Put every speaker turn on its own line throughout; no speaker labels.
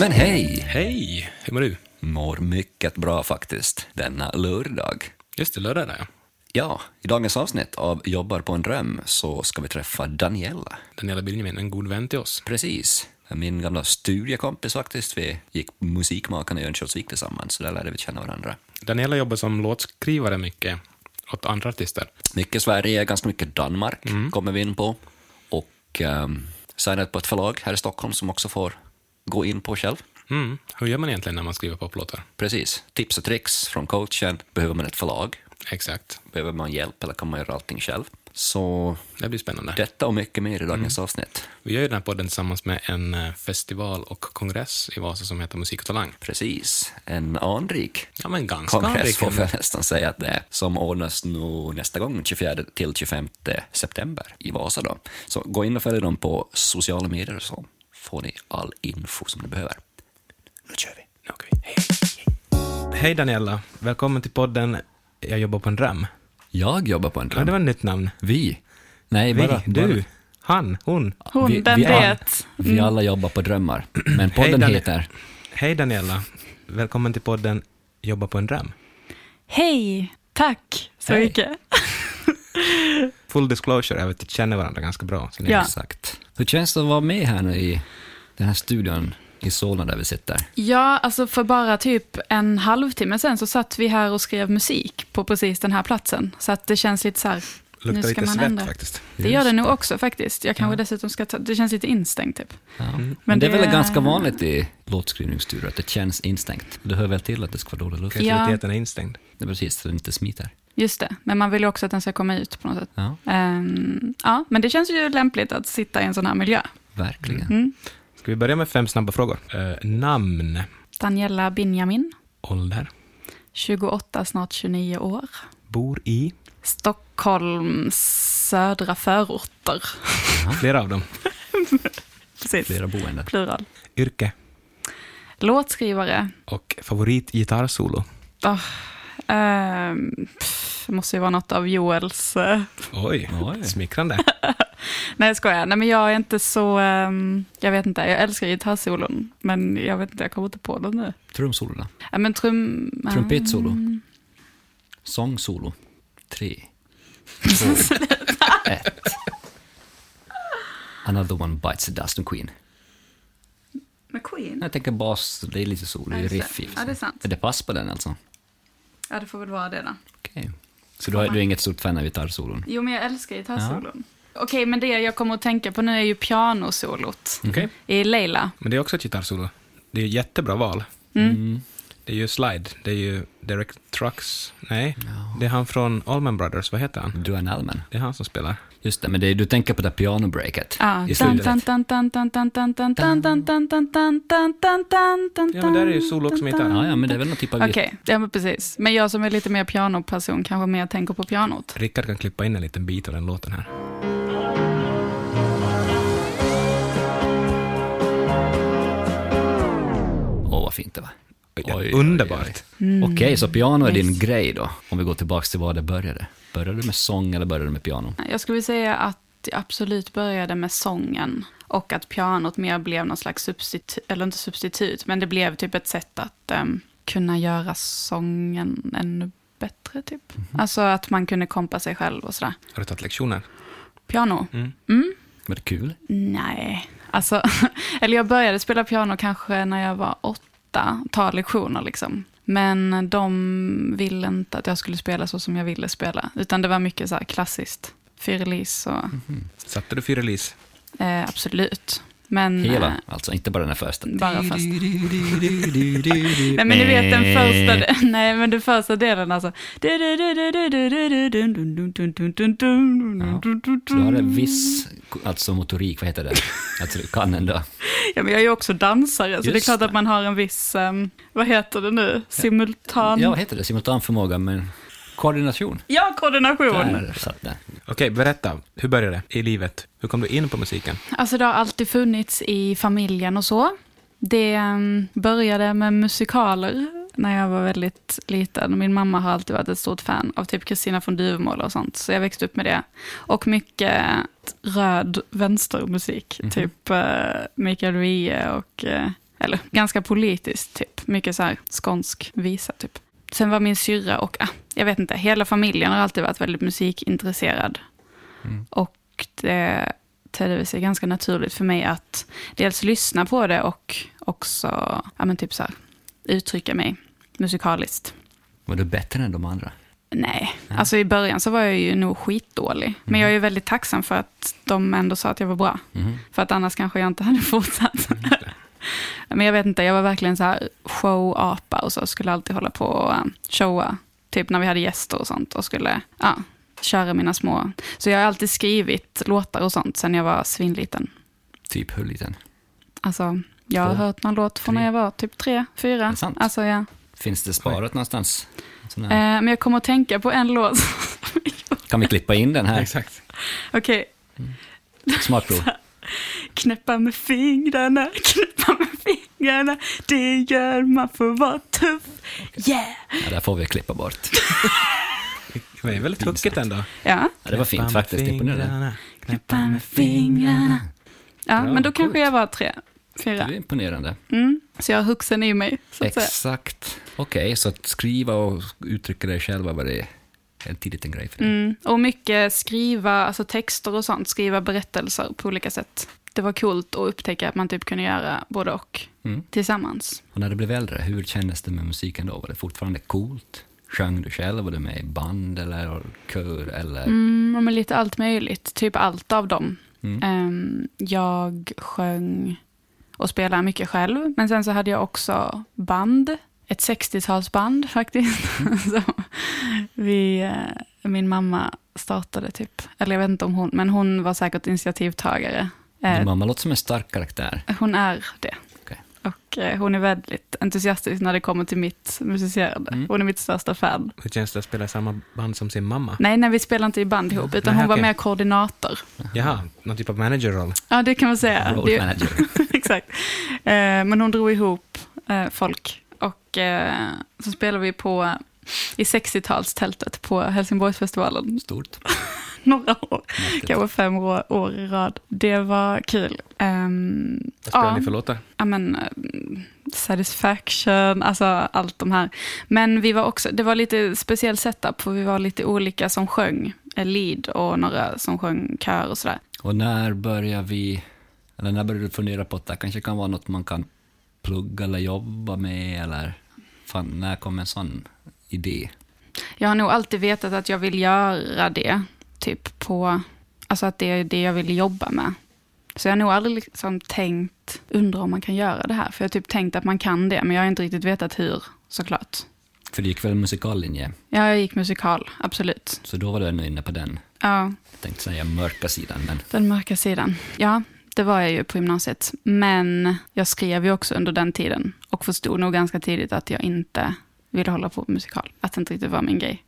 Men hej!
Hej, hur mår du?
Mår mycket bra faktiskt, denna lördag.
Just det, lördag är det.
Ja, i dagens avsnitt av Jobbar på en dröm så ska vi träffa Daniela.
Daniela Benjamin, en god vän till oss.
Precis. Min gamla studiekompis faktiskt. Vi gick musikmakarna i Örnsköldsvik tillsammans, så där lärde vi känna varandra.
Daniela jobbar som låtskrivare mycket åt andra artister.
Mycket Sverige, ganska mycket Danmark kommer vi in på. Och um, signat på ett förlag här i Stockholm som också får gå in på själv.
Mm. Hur gör man egentligen när man skriver poplåtar?
Precis. Tips och tricks från coachen. Behöver man ett förlag?
Exakt.
Behöver man hjälp eller kan man göra allting själv? Så
Det blir spännande.
detta och mycket mer i
Mm.
dagens avsnitt.
Vi gör ju den här podden tillsammans med en eh, festival och kongress i Vasa som heter Musik och Talang.
Precis. En anrik
Ja, men ganska
kongress
anrik
får
ändå.
vi nästan säga att det är, som ordnas nog nästa gång 24 till 25 september i Vasa. Då. Så gå in och följ dem på sociala medier och så får ni all info som ni behöver. Nu kör vi.
Okej, hej. Hej Daniela, välkommen till podden Jag jobbar på en dröm.
Jag jobbar på en
Ja,
dröm.
det var ett nytt namn.
Vi. Nej,
Vi,
bara,
du,
Bara,
han, hon.
Hon, Mm.
vi,
den,
vi, alla,
det.
vi alla jobbar på drömmar, men podden
Daniel.
heter...
Hej Daniela, välkommen till podden Jobba på en dröm.
Hej, tack så
Hej.
mycket.
Full disclosure är att vi känner varandra ganska bra. Så ni
Ja.
Exakt. Hur känns det att vara med här nu i den här studion i Solna där vi sitter?
Ja, alltså för bara typ en halvtimme sen så satt vi här och skrev musik på precis den här platsen. Så att det känns lite så här, nu
luktar
ska
lite
man
svett
ändra.
faktiskt.
Det gör det nog också faktiskt. Jag kanske dessutom ska ta, det känns lite instängt typ.
Ja. Mm. Men,
Men
det är
det-
väl ganska vanligt i låtskrivningsstudior att det känns instängt. Det hör väl till att det ska vara dålig luft?
Ja.
Kreativiteten är instängd.
Det är precis, så det inte smiter.
Just det, men man vill ju också att den ska komma ut på något sätt.
Ja,
Ehm, ja, men det känns ju lämpligt att sitta i en sån här miljö.
verkligen.
Mm.
Ska vi börja med fem snabba frågor? Eh, namn,
Daniela Benjamin,
ålder,
28, snart 29 år.
bor i,
Stockholms södra förorter.
flera av dem,
Precis,
Flera boenden.
plural.
yrke
Låtskrivare.
och favoritgitarrsolo.
Oh, ehm, pff, det måste ju vara något av Joels... eh.
Oj,
Oj.
smickrande.
Nej, jag skojar. Nej, men jag är inte så... ehm, jag vet inte. Jag älskar gitarrsolon, men jag vet inte. Jag kommer inte på den nu.
Trumsolo då?
Äh, men trum...
Trumpetsolo? Sångsolo? Tre, två, ett. Another one bites the dust and queen.
Med Queen?
Jag tänker bas, det är lite sol, det är
Ja,
ju
just det.
riff i och för
Ja,
sig.
det är sant.
Är det pass på den alltså?
Ja, det får väl vara det då.
Okej. Så du, har, du är inget stort fan av gitarrsolon?
Jo, men jag älskar gitarrsolon. Okej, men det jag kommer att tänka på nu är ju pianosolot
Okej,
i Leila.
men det är också ett gitarrsolo. Det är ju jättebra val.
Mm.
Det är ju Slide, det är ju Derek Trucks, nej, det är han från Allman Brothers, vad heter han?
Du är en allmän.
Det är han som spelar.
Just det, men det, du tänker på det där pianobreaket
Ja,
i
tan,
slutet.
tan, tan, tan, tan, tan, tan, tan, tan, tan, tan, tan, tan, tan, tan, tan, tan,
Ja, men där är ju solo
tan,
också med
tan.
gitarr.
Ja, ja, men det är väl någon typ av...
Okej, ja men precis. Men jag som är lite mer pianoperson kanske mer tänker på pianot.
Rickard kan klippa in en liten bit av den låten här.
Åh, vad fint det var.
Ja, underbart.
Mm.
Okej, så piano är din
Nice.
grej då, om vi går tillbaka till var det började. Började du med sång eller började du med piano?
Jag skulle säga att jag absolut började med sången och att pianot mer blev någon slags substitut, eller inte substitut, men det blev typ ett sätt att ehm, kunna göra sången ännu bättre typ. Alltså att man kunde kompa sig själv och sådär.
Har du tagit lektioner?
Piano?
Var det kul?
Nej, alltså, eller jag började spela piano kanske när jag var åtta, ta lektioner liksom. Men de ville inte att jag skulle spela så som jag ville spela, utan det var mycket så här klassiskt, fyrilis och
Mm.
Satte du fyra lis?
eh, absolut. Men,
Hela,
eh,
alltså, inte bara den här första.
Bara första. Nej men du vet den första, de- nej men den första delen alltså.
Du har en viss, alltså motorik, vad heter det? Alltså, du kan ändå.
Ja, men jag är ju också dansare, så det är
Just
klart
det.
att man har en viss, ehm, vad heter det nu, simultan...
Ja,
Ja,
vad heter det? Simultanförmåga, men koordination.
koordination!
Där satt den.
Okej, berätta. Hur började det i livet? Hur kom du in på musiken?
Alltså det har alltid funnits i familjen och så. Det ehm, började med musikaler när jag var väldigt liten. Min mamma har alltid varit ett stort fan av typ Kristina från Duvemåla och sånt, så jag växte upp med det. Och mycket röd vänstermusik, typ eh, Mikael Wiehe och eh, Eller ganska politiskt typ. Mycket så här skånsk visa typ. Sen var min syrra och, ah, jag vet inte, hela familjen har alltid varit väldigt musikintresserad. Och det tedde sig ganska naturligt för mig att dels lyssna på det och också ja, men typ så här, uttrycka mig musikaliskt.
Var du bättre än de andra?
Nej, alltså i början så var jag ju nog skitdålig.
Mhm.
Men jag är ju väldigt tacksam för att de ändå sa att jag var bra. För att annars kanske jag inte hade fortsatt. Men jag vet inte, jag var verkligen så här showapa och så skulle alltid hålla på och eh, showa. Typ när vi hade gäster och sånt och skulle ja, köra mina små. Så jag har alltid skrivit låtar och sånt sen jag var svinliten.
Typ hur liten?
Alltså, jag har
Två,
hört någon låt från när
tre.
jag var typ tre, fyra.
det sant?
Alltså, ja.
Finns det sparat någonstans? Sån
eh,
här.
men jag kommer att tänka på en låt.
Kan vi klippa in den här?
Exakt.
Okej.
Smakprov.
Knäppa med fingrarna, knäppa med fingrarna, det gör man för att vara tuff. Yeah!
Ja, där får vi klippa bort.
Det är väldigt hookigt ändå.
Ja,
Ja, det var fint faktiskt. Imponerande.
Fingrarna,
knäppa med fingrarna. Ja, men då kanske jag var tre,
Det
fyra.
är imponerande.
Mm. Så jag har huxen i mig, så att säga.
Exakt. Okej, så att skriva och uttrycka dig själva var det en tidig liten grej för dig.
Mm. Och mycket skriva, alltså texter och sånt, skriva berättelser på olika sätt. Det var coolt att upptäcka att man typ kunde göra både och
Mm.
tillsammans.
Och när du blev äldre, hur kändes det med musiken då? Var det fortfarande coolt? Sjöng du själv? Var du med i band eller kör? Eller?
Mm, ja, men lite allt möjligt, typ allt av dem. Ehm, jag sjöng och spelade mycket själv, men sen så hade jag också band, ett 60-talsband faktiskt. så vi, eh, min mamma startade typ, eller jag vet inte om hon, men hon var säkert initiativtagare. Eh,
Din mamma låter som en stark karaktär.
hon är det.
Okej.
Och eh, hon är väldigt entusiastisk när det kommer till mitt musicerande. Hon är mitt största fan.
Hur känns det att spela i samma band som sin mamma?
Nej, nej, vi spelar inte i band ihop, utan
Nej,
hon var
okej.
mer koordinator.
Jaha, någon typ av managerroll.
Ja, det kan man säga.
Road
Det-
manager.
Exakt. Eh, men hon drog ihop eh, folk och eh, så spelade vi på i 60-talstältet på Helsingborgsfestivalen
Stort.
några år,
Mäktigt.
kanske fem år, år i rad. Det var kul. Ehm,
Vad spelar
ja.
ni för låtar?
ja, men, eh, satisfaction, alltså allt de här. Men vi var också, det var lite speciell setup, för vi var lite olika som sjöng eh, lead och några som sjöng kör och sådär.
Och när börjar vi, eller när börjar du fundera på att det här kanske kan vara något man kan plugga eller jobba med eller fan, när kom en sån idé?
Jag har nog alltid vetat att jag vill göra det, typ på, alltså att det är det jag vill jobba med. Så jag har nog aldrig liksom tänkt, undrar om man kan göra det här, för jag har typ tänkt att man kan det, men jag har inte riktigt vetat hur, såklart.
För du gick väl musikallinje,
Ja, jag gick musikal, absolut.
så då var du ändå inne på den,
Ja,
jag tänkte säga mörka sidan, men
Den mörka sidan. Ja, det var jag ju på gymnasiet. Men jag skrev ju också under den tiden och förstod nog ganska tidigt att jag inte ville hålla på med musikal. Att det inte riktigt var min grej.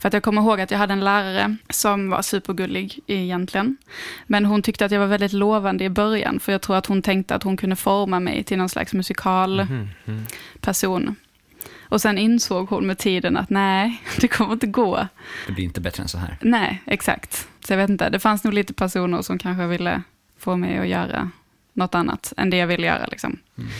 För att jag kommer ihåg att jag hade en lärare som var supergullig egentligen. Men hon tyckte att jag var väldigt lovande i början. För jag tror att hon tänkte att hon kunde forma mig till någon slags musikal
Mhm,
person. Och sen insåg hon med tiden att nej, det kommer inte gå.
det blir inte bättre än så här.
Nej, exakt. Så jag vet inte, det fanns nog lite personer som kanske ville få mig att göra något annat än det jag ville göra. Liksom.
Mm.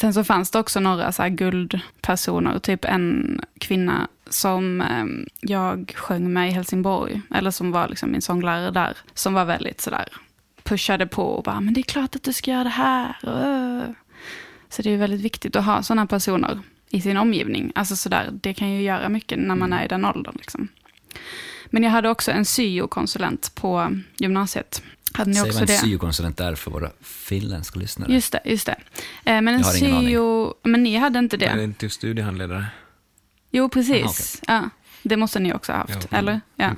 Sen så fanns det också några så här guldpersoner, typ en kvinna som eh, jag sjöng med i Helsingborg, eller som var liksom min sånglärare där, som var väldigt sådär, pushade på och bara, men det är klart att du ska göra det här. öh." Så det är ju väldigt viktigt att ha sådana personer i sin omgivning. Alltså sådär, det kan ju göra mycket när
Mm.
man är i den åldern. Liksom. Men jag hade också en syokonsulent på gymnasiet. Hade ni
Säg vad
också
en
det?
syokonsulent är för våra finländska lyssnare.
Just det, just det. Eh, Men en
Jag har ingen aning.
syo... Men ni hade inte
Är det
det?
inte studiehandledare?
Jo, precis. Ja, det måste ni också ha haft,
Ja.
eller? Ja.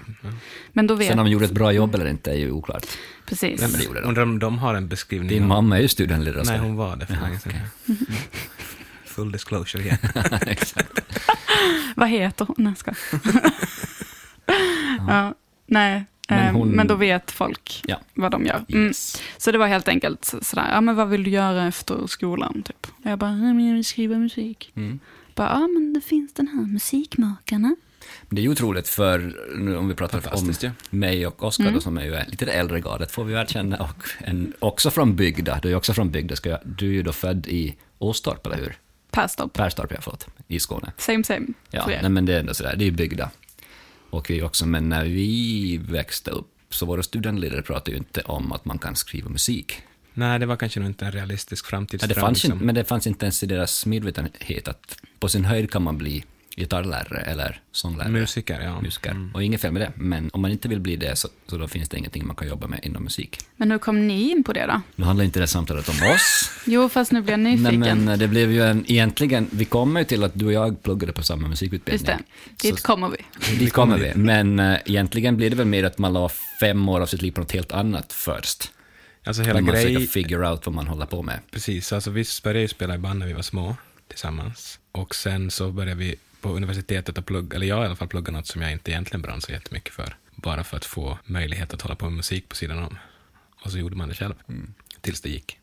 Men då vet...
mm. Sen om de gjorde ett bra jobb eller inte är ju oklart.
Nej,
Precis.
det gjorde
men
de.
Undrar om de har en beskrivning?
Din
av-
mamma är ju studiehandledare.
Nej,
så-
hon var det för
Ja,
länge sedan.
okej.
Full disclosure igen.
Exakt.
Vad heter hon? Nej, jag skojar. ja, nej.
Men
Men,
hon-
men då vet folk
Ja.
vad de gör. Mm.
Yes.
Så det var helt enkelt så- sådär, ja men vad vill du göra efter skolan typ? Och jag bara, "Ja, men jag vill skriva musik.
Mm.
Bara, ja men det finns den här musikmakarna.
Men det är ju otroligt för, nu om vi pratar om
Fantastiskt, ja.
mig och Oskar då, som är ju lite det äldre gardet, får vi ju erkänna, och en, också från bygda, du är ju också från bygda, ska jag, du är ju då född i Åstorp, eller hur?
Perstorp.
Perstorp, jag förlåt, i Skåne.
Same same.
Ja,
för er.
nej, men det är ändå sådär, det är ju bygda. Och vi också, men när vi växte upp, så våra studentledare pratade ju inte om att man kan skriva musik.
Nej, det var kanske nog inte en realistisk
Ja,
framtidsdröm.
det fanns ju,
liksom.
inte- men det fanns inte ens i deras medvetenhet att på sin höjd kan man bli gitarrlärare eller sånglärare.
Musiker, ja.
musiker.
Mm.
Och inget fel med det, men om man inte vill bli det så, så då finns det ingenting man kan jobba med inom musik.
Men hur kom ni in på det då?
Nu handlar inte det samtalet om oss.
Jo, fast nu blir jag
Nej,
nyfiken.
men det blev ju en, egentligen, vi kommer ju till att du och jag pluggade på samma musikutbildning.
Just det, dit
Så-
kommer vi.
Dit kommer vi. Men eh, egentligen blir det väl mer att man la fem år av sitt liv på något helt annat först.
Alltså
Hela
hela
man
grejen.
försöker figure out vad man håller på med.
Precis, alltså vi började ju spela i band när vi var små tillsammans. Och sen så började vi på universitetet att plugga, eller jag i alla fall plugga något som jag inte egentligen brann så jättemycket för. Bara för att få möjlighet att hålla på med musik på sidan om. Och så gjorde man det själv. Tills det gick.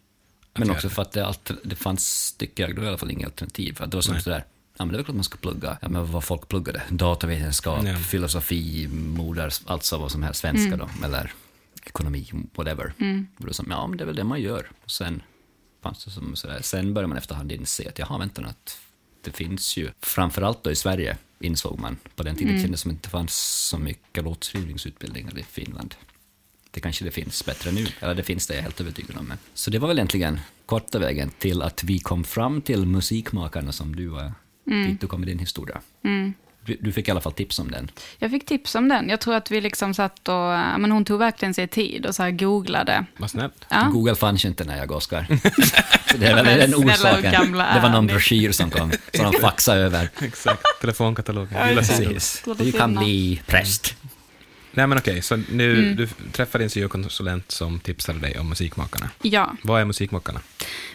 Att
Men
göra
också
det.
för att det, allt, det fanns, tycker jag, då i alla fall inga alternativ. För att det var som sådär, ja men det är väl klart man ska plugga. Ja men vad folk pluggade, datavetenskap,
Ja.
filosofi, moders, alltså vad som helst, svenska då, eller ekonomi, whatever. Och då sa man, ja men det är väl det man gör. Och sen fanns det som sådär, sen började man efterhand inse att jaha vänta nu, att det finns ju, framförallt då i Sverige, insåg man. På den tiden kändes det som att det inte fanns så mycket låtskrivningsutbildningar i Finland. Det kanske det finns bättre nu, eller det finns det, jag är helt övertygad om. Men. Så det var väl egentligen korta vägen till att vi kom fram till Musikmakarna som du var,
Mm.
dit du kom med din historia. Du, du fick i alla fall tips om den.
Jag fick tips om den. Jag tror att vi liksom satt och, ja, men hon tog verkligen sig tid och så här googlade.
Vad snällt.
Ja.
Google fanns ju inte när jag gav Oscar. Så det är väl
Men
den
snälla,
orsaken.
hur gamla
Det var någon
är ni?
broschyr som kom, som de faxade över.
Exakt. Telefonkatalogen.
Ja,
Lilla
just
sidor.
Precis.
Goda
Du kan
sidorna.
bli präst.
Nej men okej, så nu, du träffade en syokonsulent som tipsade dig om Musikmakarna.
Ja,
Vad är Musikmakarna?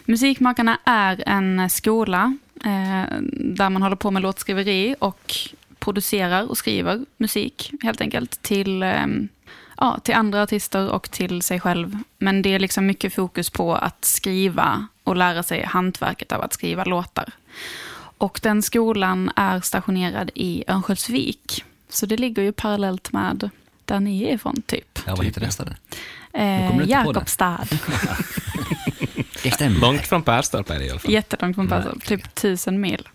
Musikmakarna är en skola eh, där man håller på med låtskriveri och producerar och skriver musik helt enkelt till, eh, ja, till andra artister och till sig själv. Men det är liksom mycket fokus på att skriva och lära sig hantverket av att skriva låtar. Och den skolan är stationerad i Örnsköldsvik. Så det ligger ju parallellt med där ni är ifrån, typ.
Ja, vad heter nästa den? kommer du
Eh,
inte på den.
Jakobstad.
Det stämmer.
Långt från Perstorp är det i alla fall.
Jättelångt från Perstorp,
Verkligen.
typ tusen mil.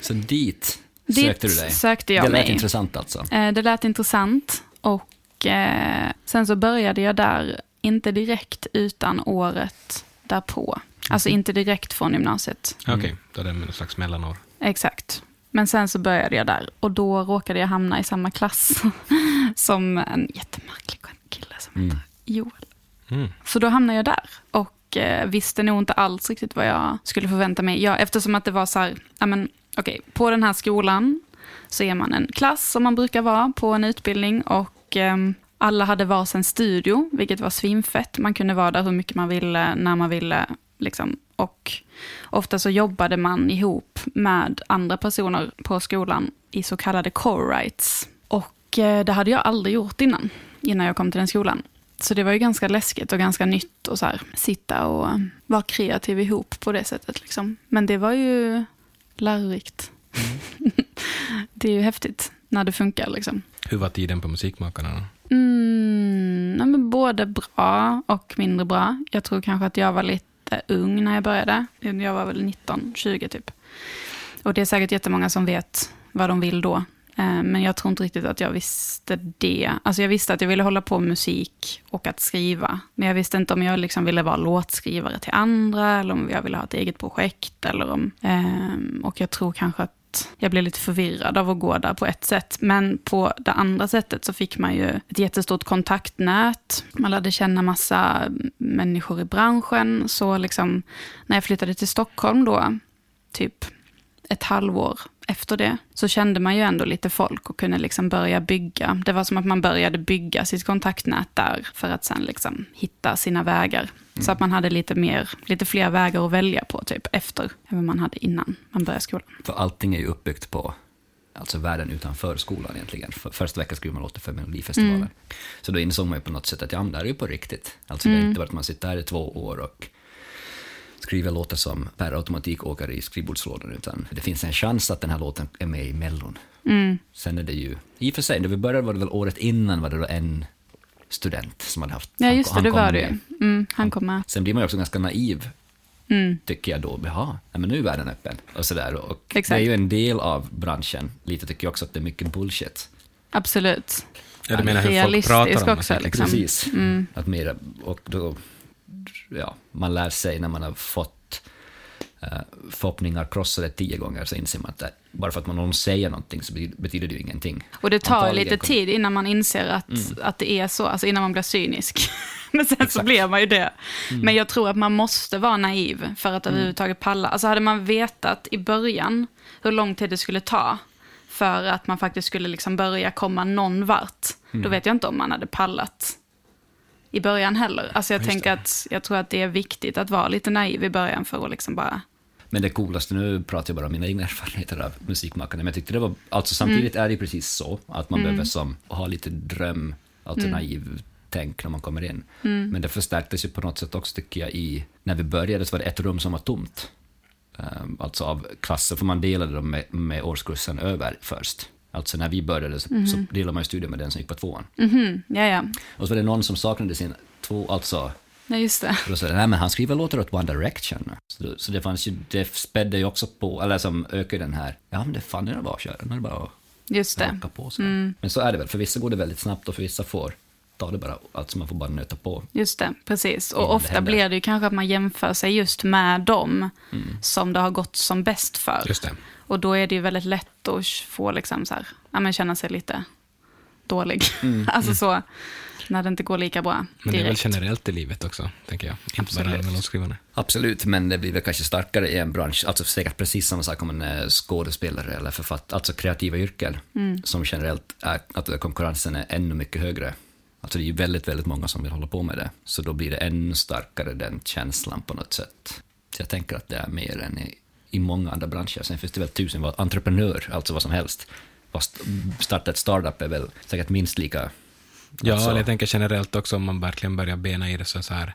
Så dit
Dit
sökte du dig.
sökte jag
Det lät
mig.
intressant alltså.
Eh, Det lät intressant och eh, sen så började jag där, inte direkt utan året därpå. Alltså
Mm.
inte direkt från gymnasiet,
Okej, då är det någon slags mellanår.
exakt. Men sen så började jag där och då råkade jag hamna i samma klass som en jättemärklig kille som heter Joel.
Mm.
Så då hamnade jag där och eh, visste nog inte alls riktigt vad jag skulle förvänta mig. Ja, eftersom att det var så här, ja men okej, på den här skolan så är man en klass som man brukar vara på en utbildning och ehm, alla hade varsin studio, vilket var svinfett. Man kunde vara där hur mycket man ville, när man ville. Liksom. Och ofta så jobbade man ihop med andra personer på skolan i så kallade co-writes. Och eh, det hade jag aldrig gjort innan, innan jag kom till den skolan. Så det var ju ganska läskigt och ganska nytt och så här, sitta och eh, vara kreativ ihop på det sättet. Liksom. Men det var ju lärorikt. det är ju häftigt när det funkar. Liksom.
Hur var tiden på Musikmakarna då?
Mm, nej, men både bra och mindre bra. Jag tror kanske att jag var lite ung när jag började. Jag var väl 19, 20 typ. Och det är säkert jättemånga som vet vad de vill då. Eh, Men jag tror inte riktigt att jag visste det. Alltså jag visste att jag ville hålla på med musik och att skriva. Men jag visste inte om jag liksom ville vara låtskrivare till andra eller om jag ville ha ett eget projekt. Eller om, ehm, och jag tror kanske att jag blev lite förvirrad av att gå där på ett sätt. Men på det andra sättet så fick man ju ett jättestort kontaktnät. Man lärde känna massa människor i branschen. Så liksom, när jag flyttade till Stockholm då, typ ett halvår efter det så kände man ju ändå lite folk och kunde liksom börja bygga. Det var som att man började bygga sitt kontaktnät där för att sen liksom hitta sina vägar. Så att man hade lite, mer, lite fler vägar att välja på typ efter än vad man hade innan man började skolan.
För allting är ju uppbyggt på alltså världen utanför skolan egentligen. För, första veckan skrev man låter för Melodifestivalen.
Mm.
Så då
Mm.
insåg man ju på något sätt att ja, men det här är ju på riktigt. Alltså det har inte varit att man sitter här i två år och skriver låtar som per automatik åker i skrivbordslådan, utan det finns en chans att den här låten är med i Mellon.
Mm.
Sen är det ju, i och för sig, när vi började var det väl året innan var det då en student som hade haft...
Ja, just det,
han
det
kom
var det
med.
ju. Mm, han kom med.
Sen blir man ju också ganska naiv, tycker jag då. Jaha, nej, men nu är världen öppen. Och sådär. Och det är
Exakt.
ju en del av branschen. Lite tycker jag också att det är mycket bullshit.
Absolut.
Ja, du menar hur folk
Realistisk
pratar om
också,
musik.
liksom.
Precis. Att mera, och då, ja, man lär sig när man har fått eh, förhoppningar krossade tio gånger så inser man att det, bara för att man någon säger någonting så bety- betyder det ju ingenting.
Och det tar
Antagligen
lite
kommer-
tid innan man inser att, att det är så, alltså innan man blir cynisk. Men sen så blir man ju det. Men jag tror att man måste vara naiv för att överhuvudtaget palla. Alltså hade man vetat i början hur lång tid det skulle ta för att man faktiskt skulle liksom börja komma någon vart, då vet jag inte om man hade pallat i början heller. Alltså jag
Just
tänker
det.
att jag tror att det är viktigt att vara lite naiv i början för att liksom bara
Men det coolaste, nu pratar jag bara om mina egna erfarenheter av musikmakande, men jag tyckte det var, alltså samtidigt är det ju precis så, att man behöver som, ha lite dröm, alltså naiv tänk när man kommer in. Men det förstärktes ju på något sätt också tycker jag i, när vi började så var det ett rum som var tomt. Ehm, alltså av klasser, för man delade dem med, med årskursen över först. Alltså när vi började så, så delade man ju studier med den som gick på tvåan.
mhm, ja ja,
Och så var det någon som saknade sin två, alltså
ja just det.
och då sa jag, nej men han skriver låtar åt One Direction. Så, det- så det fanns ju, det spädde ju också på, eller som ökade den här, ja men det fan det är bara att köra, det är bara att
Just det.
haka på så. Men så är det väl, för vissa går det väldigt snabbt och för vissa får ta det bara, alltså man får bara nöta på.
Just det, precis.
Innan
Och
det
ofta
händer.
blir det ju kanske att man jämför sig just med dem som det har gått som bäst för.
Mm. Just det.
Och då är det ju väldigt lätt att få liksom så här, ja, men känna sig lite dålig. alltså så, när det inte går lika bra
Mm. Men det är väl
direkt.
generellt i livet också, tänker jag. Inte bara
Absolut.
med låtskrivarna.
Absolut, men det blir väl kanske starkare i en bransch, alltså säkert precis samma sak om en eh, skådespelare eller författare, alltså kreativa yrken, som generellt är, att konkurrensen är ännu mycket högre. Alltså det är ju väldigt, väldigt många som vill hålla på med det, så då blir det ännu starkare den känslan på något sätt. Så jag tänker att det är mer än i, i många andra branscher. Sen finns det väl tusen, vad- entreprenör, alltså vad som helst. Fast starta ett startup är väl säkert minst lika...
Ja,
alltså-
eller jag tänker generellt också om man verkligen börjar bena i det så så här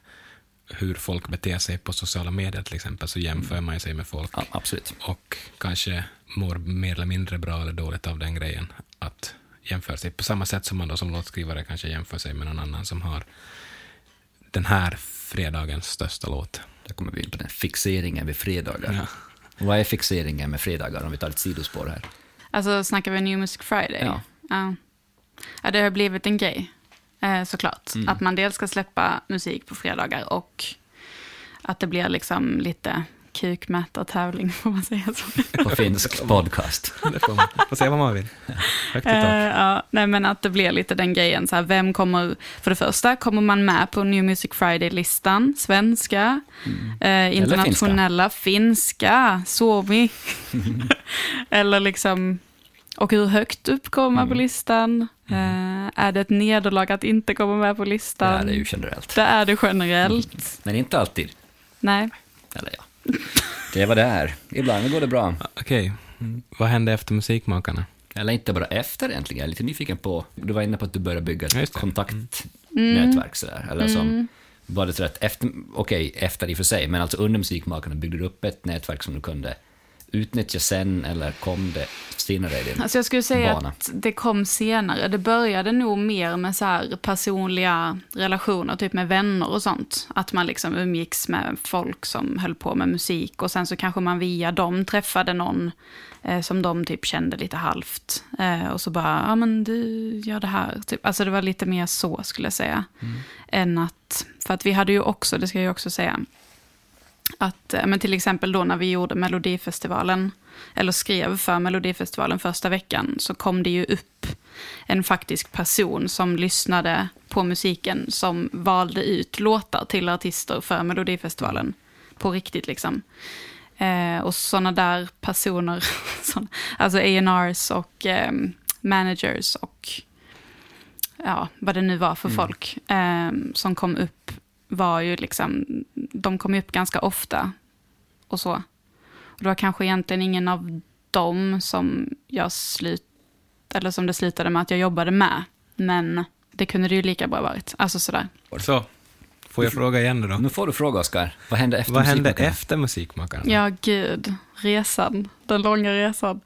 hur folk beter sig på sociala medier till exempel, så jämför man sig med folk
ja, absolut.
och kanske mår mer eller mindre bra eller dåligt av den grejen. Att jämföra sig på samma sätt som man då som låtskrivare kanske jämför sig med någon annan som har den här fredagens största låt.
Där kommer vi in på den fixeringen vid fredagar.
Ja.
Vad är fixeringen med fredagar om vi tar ett sidospår här?
Alltså snackar vi New Music Friday?
Ja.
ja. Ja, det har blivit en grej, eh, såklart.
Mm.
Att man dels ska släppa musik på fredagar och att det blir liksom lite kukmätartävling, får man säga så.
På finsk podcast.
Det får man får säga vad man vill. Högt i
Eh,
tak.
ja, nej men att det blir lite den grejen, så här, vem kommer, för det första, kommer man med på New Music Friday-listan, svenska,
Mm.
eh, internationella, finska, suomi, eller liksom, och hur högt upp kommer man på
Mm.
listan, eh, är det ett nederlag att inte komma med på
Det
listan?
här är ju generellt.
Det är det generellt,
Men inte alltid.
nej.
Eller ja. Det var det är. Ibland går det bra.
Okej, vad hände efter Musikmakarna?
Eller inte bara efter egentligen. Jag är lite nyfiken på, du var inne på att du började bygga
Ja,
ett
just det. Mm.
kontaktnätverk sådär. Eller som, var det så att efter, okej, efter i och för sig, men alltså under musikmakarna byggde du upp ett nätverk som du kunde utnyttja sen eller kom det senare i din
Alltså jag skulle säga
bana?
att det kom senare. Det började nog mer med så här personliga relationer, typ med vänner och sånt. Att man liksom umgicks med folk som höll på med musik och sen så kanske man via dem träffade någon eh, som de typ kände lite halvt. Eh, och så bara, ja men du gör det här. Typ. Alltså det var lite mer så skulle jag säga. Än att, för att vi hade ju också, det ska jag ju också säga, att, eh, men till exempel då när vi gjorde Melodifestivalen, eller skrev för Melodifestivalen första veckan, så kom det ju upp en faktisk person som lyssnade på musiken, som valde ut låtar till artister för Melodifestivalen. På riktigt liksom. Eh, och sådana där personer, sån, alltså A&Rs och eh, managers och ja, vad det nu var för folk eh, som kom upp var ju liksom, de kom ju upp ganska ofta och så. Och det var kanske egentligen ingen av dem som jag slut, eller som det slutade med att jag jobbade med, men det kunde det ju lika bra varit. Alltså sådär.
Så, Får jag fråga igen då?
Nu får du fråga, Oskar. Vad hände efter
Vad hände
musikmakarna?
efter Musikmakarna?
Ja, gud. Resan. Den långa resan.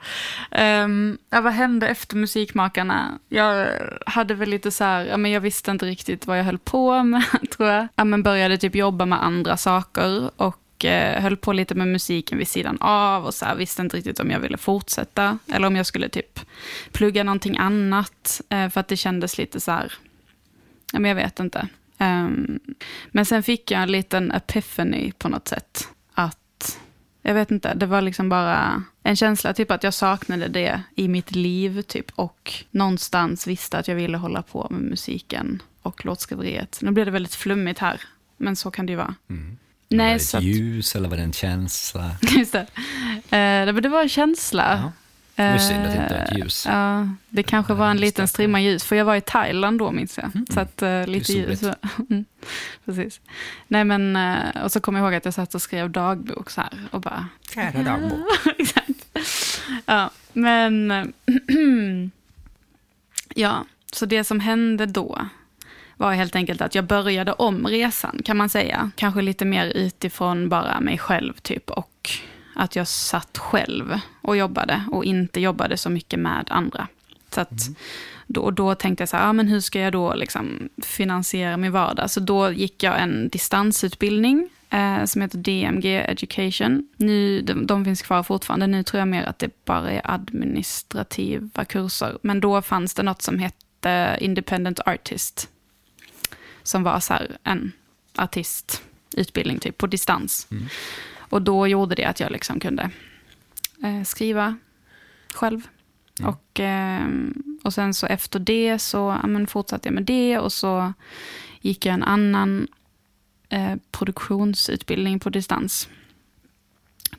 Ehm, ja, vad hände efter Musikmakarna? Jag hade väl lite så här, ja, men jag visste inte riktigt vad jag höll på med, tror jag. Ja, men började typ jobba med andra saker och eh, höll på lite med musiken vid sidan av och så här, visste inte riktigt om jag ville fortsätta eller om jag skulle typ plugga någonting annat eh, för att det kändes lite så här, ja, men jag vet inte. Ehm, men sen fick jag en liten epiphany på något sätt. Att jag vet inte, det var liksom bara en känsla typ att jag saknade det i mitt liv typ och någonstans visste att jag ville hålla på med musiken och låtskriveriet. Nu blir det väldigt flummigt här, men så kan det ju vara.
Var Mm. det
Nej,
ett
så att,
ljus eller var det en känsla?
just det. Eh, det- men det var en känsla. Eh,
Ja. Det är synd att det inte var ett ljus.
Ja, det kanske var en
just
liten
det.
strimma ljus, för jag var i Thailand då minns jag. Så att eh, lite ljus.
soligt.
var- Mm, Precis. Nej men, eh, och så kom jag ihåg att jag satt och skrev dagbok så här och bara,
Kära dagbok.
Exakt. Ja, men... ja, så det som hände då var helt enkelt att jag började om resan, kan man säga. Kanske lite mer utifrån bara mig själv, typ. Och att jag satt själv och jobbade och inte jobbade så mycket med andra. Så att då, och då tänkte jag så här, ah, men hur ska jag då liksom finansiera min vardag? Så då gick jag en distansutbildning eh, som heter DMG Education. Nu, de, de finns kvar fortfarande. Nu tror jag mer att det bara är administrativa kurser. Men då fanns det något som hette Independent Artist. Som var så här en artistutbildning typ på distans. Och då gjorde det att jag liksom kunde eh, skriva själv. Och, ehm, och sen så efter det så ja, men fortsatte jag med det och så gick jag en annan eh, produktionsutbildning på distans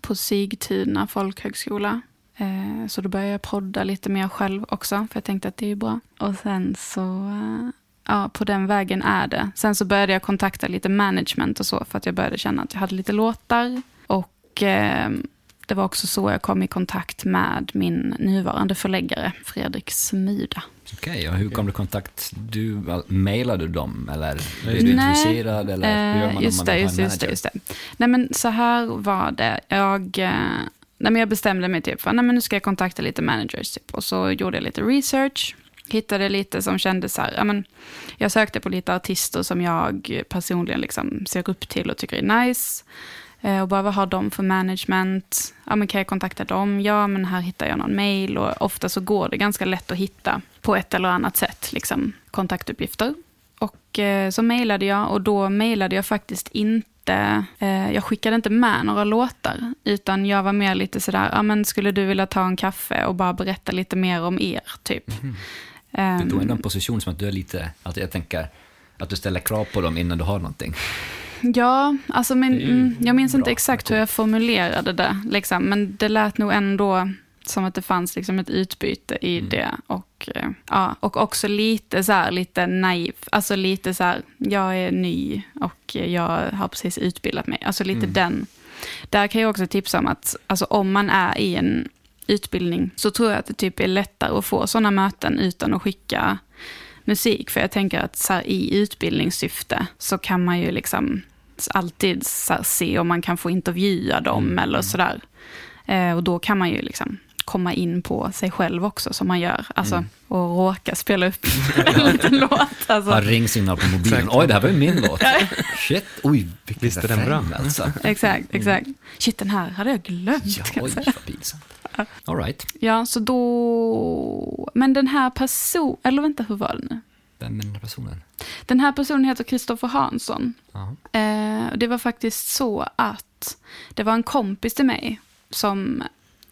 på Sigtuna folkhögskola. Eh, så då började jag podda lite mer själv också, för jag tänkte att det är ju bra. Och sen så, eh, ja, på den vägen är det. Sen så började jag kontakta lite management och så, för att jag började känna att jag hade lite låtar. Och eh, det var också så jag kom i kontakt med min nuvarande förläggare, Fredrik Smyda.
Okej, och hur kom du i kontakt? Du, mailade du dem eller blev
Nej.
du intresserad? Eller hur gör
Eh,
man
just
om man
det,
vill ha
just,
en
det, just det,
manager?
just det. Nej men så här var det. Jag, eh, nej, men jag bestämde mig typ för, nej men nu ska jag kontakta lite managers typ. Och så gjorde jag lite research. Hittade lite som kändes så här, ja, men jag sökte på lite artister som jag personligen liksom ser upp till och tycker är nice. Eh, Och bara vad har de för management? Ja men kan jag kontakta dem? Ja men här hittar jag någon mail. Och ofta så går det ganska lätt att hitta på ett eller annat sätt liksom kontaktuppgifter. Och eh, så mejlade jag och då mejlade jag faktiskt inte, eh, jag skickade inte med några låtar. Utan jag var mer lite sådär, ja men skulle du vilja ta en kaffe och bara berätta lite mer om er typ. Ehm,
Du tog ändå en position som att du är lite, att jag tänker att du ställer krav på dem innan du har någonting.
Ja, alltså men, mm, jag minns inte
bra
exakt hur jag formulerade det, liksom, men det lät nog ändå som att det fanns liksom ett utbyte i det. Och, eh, ja, och också lite så här, lite naiv, alltså lite så här, jag är ny och jag har precis utbildat mig, alltså lite den. Där kan jag också tipsa om att alltså, om man är i en utbildning så tror jag att det typ är lättare att få sådana möten utan att skicka musik. För jag tänker att så här, i utbildningssyfte så kan man ju liksom alltid så här, se om man kan få intervjua dem eller sådär. Eh, och då kan man ju liksom komma in på sig själv också som man gör. Alltså, och råka spela upp en liten låt. Alltså.
Har ringsignal på mobilen.
Exakt.
Oj, det här var ju min låt. Shit, oj, vilken
Visst är den bra?
refräng, Alltså.
Exakt, exakt. Shit, den här hade jag glömt.
Ja,
kan jag
oj,
säga.
vad pinsamt. All right.
Ja, så då... Men den här personen... Eller vänta, hur var det nu?
Vem är den här personen?
Den här personen heter Kristoffer Hansson.
Ja.
Eh, och det var faktiskt så att det var en kompis till mig som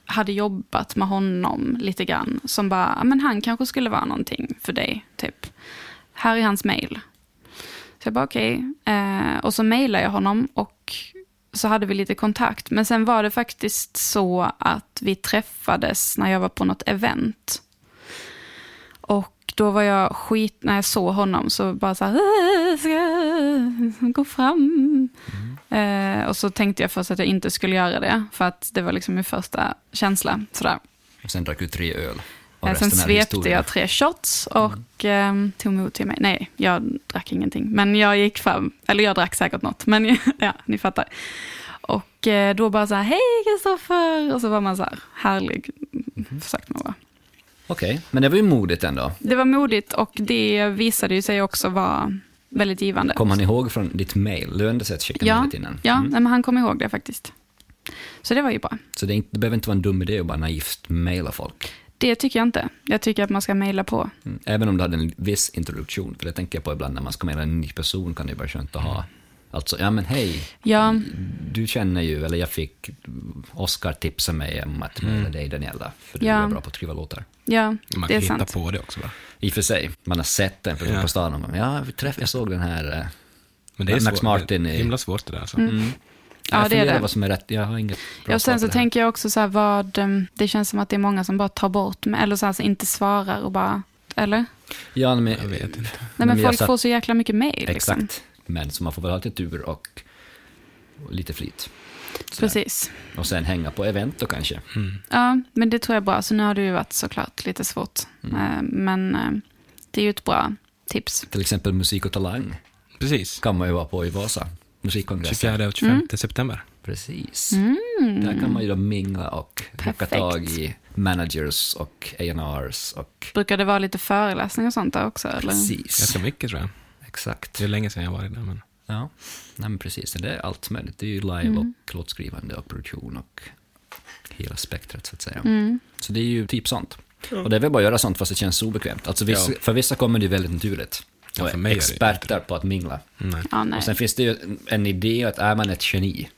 hade jobbat med honom lite grann. Som bara, "Ja, men han kanske skulle vara någonting för dig, typ. Här är hans mail. Så jag bara okej. Eh, och så mejlade jag honom och så hade vi lite kontakt. Men sen var det faktiskt så att vi träffades när jag var på något event. Och då var jag skit, när jag såg honom så bara så här, "Äh, ska jag gå fram. Eh, och så tänkte jag först att jag inte skulle göra det, för att det var liksom min första känsla. Sådär.
Och sen drack du tre öl. Och
Eh, Sen
resten är
svepte
historia.
jag tre shots och ehm, tog emot till mig. Nej, jag drack ingenting. Men jag gick fram, eller jag drack säkert något. Men ja, ni fattar. Och eh, då bara så här, hej Kristoffer! Och så var man så här, härlig. Försökte man vara.
Okej, men det var ju modigt ändå.
Det var modigt och det visade ju sig också vara väldigt givande.
Kom han ihåg från ditt mail? Du har ändå sett Chicken
ja,
Nugget innan. Mm.
ja nej, men han kom ihåg det faktiskt. Så det var ju bra.
Så det, är inte, det behöver inte vara en dum idé att bara naivt mejla folk.
Det tycker jag inte. Jag tycker att man ska mejla på.
Mm. Även om du hade en viss introduktion, för det tänker jag på ibland när man ska mejla en ny person kan det ju vara skönt att
Mm.
ha. Alltså, ja men hej,
Ja,
du känner ju, eller jag fick, Oscar tipsa mig om att mejla dig Daniela, för du
Mm. Ja.
är bra på att skriva låtar.
ja
Man
det är
kan hitta
sant.
på det också. Va?
I och för sig, man har sett den för
Ja.
på stan och man, ja, vi träff, jag såg den här. eh."
Men det är
Men Max
svårt.
Martin
det
är-
är himla svårt det där. Alltså.
Mm. Ja,
jag
det är
funderar
det.
vad som är rätt, jag har inget bra
Ja, och
svar
sen
på
så
det här.
tänker jag också så här vad, ehm, det känns som att det är många som bara tar bort, mig, eller så här, så inte svarar och bara, eller?
Ja, men,
Jag vet inte.
Nej men,
jag
folk
satt-
får så jäkla mycket mejl. Liksom.
Exakt. Men så man får väl ha lite tur och, och lite flit. Sådär.
Precis.
Och sen hänga på event då kanske.
Ja, men det tror jag är bra. Så nu har det ju varit såklart lite svårt.
Mm.
Eh, Men eh, det är ju ett bra tips.
Till exempel Musik och talang
Precis.
kan man ju vara på i Vasa. Musikkongressen.
24 och 25
Mm.
september.
Precis. Där kan man ju då mingla och plocka
Perfekt.
tag i managers och A&Rs och
Brukar det vara lite föreläsningar och sånt där också? Eller?
precis.
Ganska mycket tror jag.
Exakt.
Det är länge sedan jag varit där. Men...
Ja, nej men precis. Det är allt möjligt. Det är ju live och låtskrivande och produktion och hela spektrat så att säga. Så det är ju typ sånt. Och det är väl bara att göra sånt fast det känns obekvämt. Alltså vissa,
Ja.
För vissa kommer det ju väldigt naturligt.
Ja,
Och
för
är
mig är det
experter på att mingla.
Nej.
Ja, nej.
Och sen finns det ju en idé att är man ett geni,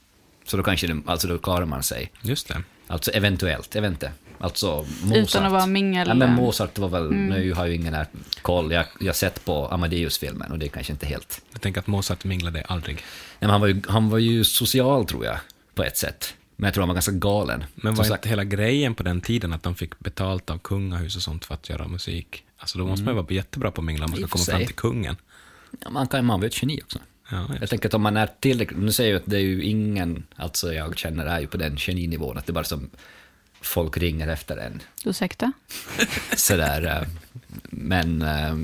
så då kanske det, alltså då klarar man sig.
Just det.
Alltså eventuellt, jag vet inte. Alltså Mozart.
Utan att vara mingel- Mm.
Ja, men Mozart var väl, nu har jag ju ingen här koll. Jag jag har sett på Amadeus-filmen och det är kanske inte helt
Jag tänker att Mozart minglade aldrig.
Nej, men han, var ju, han var ju social, tror jag, på ett sätt. Men jag tror han var ganska galen.
Men
Som
var inte hela grejen på den tiden att de fick betalt av kungahus och sånt för att göra musik? Alltså då måste man ju vara jättebra på att mingla om man
Mm. I
ska
och för
komma fram
sig.
till kungen.
ja, man kan man var ju ett geni också.
Ja,
Jag tänker att om man är tillräckligt... Nu säger jag att det är ju ingen, alltså jag känner är ju på den geninivån, att det är bara som folk ringer efter en.
Ursäkta?
Sådär. eh, men... eh,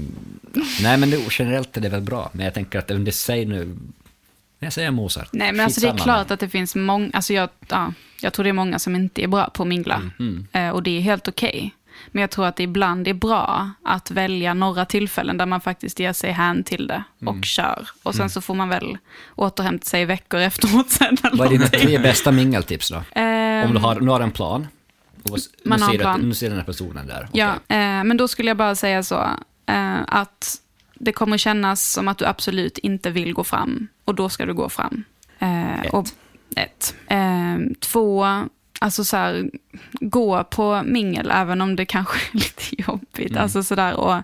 Nej, men det, generellt är det väl bra. Men jag tänker att om det säger nu... när Jag säger Mozart.
Nej, men alltså det är
Skitsamma,
klart att det finns många, alltså jag, ja, jag tror det är många som inte är bra på att mingla.
Mm.
Eh, Och det är helt okej. Men jag tror att det ibland är bra att välja några tillfällen där man faktiskt ger sig hän till det och
Mm.
kör. Och sen så får man väl återhämta sig veckor efteråt sen eller
Vad är dina
någonting.
tre bästa mingeltips då?
Ehm,
Om du har, nu har en plan. Och s- nu,
Man har en
ser du att,
plan.
nu ser den här personen där.
Ja,
Okej.
eh, men då skulle jag bara säga så. Eh, att det kommer kännas som att du absolut inte vill gå fram. Och då ska du gå fram. Eh,
Ett.
Och, ett. Eh, två, alltså så här, gå på mingel även om det kanske är lite jobbigt.
Mm.
Alltså så där, och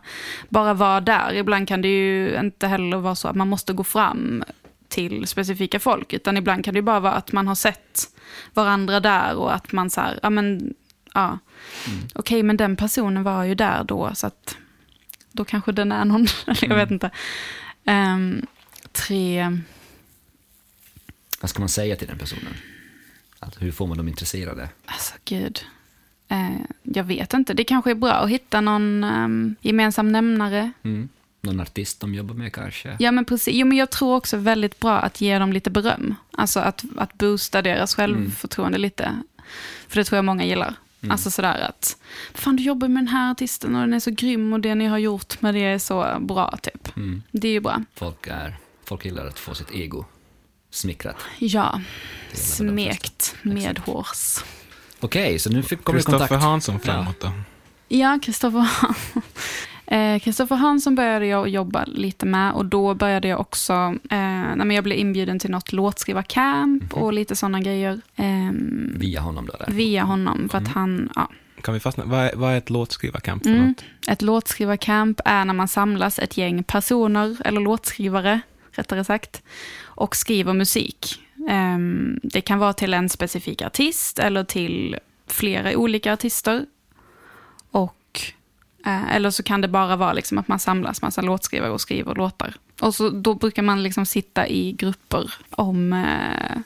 bara vara där. Ibland kan det ju inte heller vara så att man måste gå fram till specifika folk. Utan ibland kan det ju bara vara att man har sett varandra där och att man så här, ja men, ja okej, men den personen var ju där då, så att då kanske den är någon, eller jag vet inte. Ehm, tre,
Vad ska man säga till den personen? Att hur får man dem intresserade?
alltså gud. Eh, jag vet inte, det kanske är bra att hitta någon ehm, gemensam nämnare.
Mm. Någon artist de jobbar med kanske?
Ja men precis, jo men jag tror också väldigt bra att ge dem lite beröm. Alltså att, att boosta deras självförtroende lite. För det tror jag många gillar. Alltså sådär att, fan du jobbar med den här artisten och den är så grym och det ni har gjort med det är så bra typ. Det är ju bra.
Folk, är, folk gillar att få sitt ego smickrat.
Ja,
Det gäller för de
smekt medhårs.
Okej, så nu fick, kom vi i kontakt.
Kristoffer Hansson framåt då.
Ja, Kristoffer Eh, Kristoffer Hansson började jag jobba lite med och då började jag också, eh, nej, men jag blev inbjuden till något låtskrivarcamp och lite sådana grejer ehm,
Via honom då. Där.
via honom för att han, ja.
Kan vi fastna? Vad är, vad är ett låtskrivarkamp för
Mm.
något?
Ett låtskrivarcamp är när man samlas ett gäng personer, eller låtskrivare rättare sagt, och skriver musik. Ehm, Det kan vara till en specifik artist eller till flera olika artister. Och, eh, eller så kan det bara vara liksom att man samlas massa låtskrivare och skriver låtar. Och så, då brukar man liksom sitta i grupper om eh,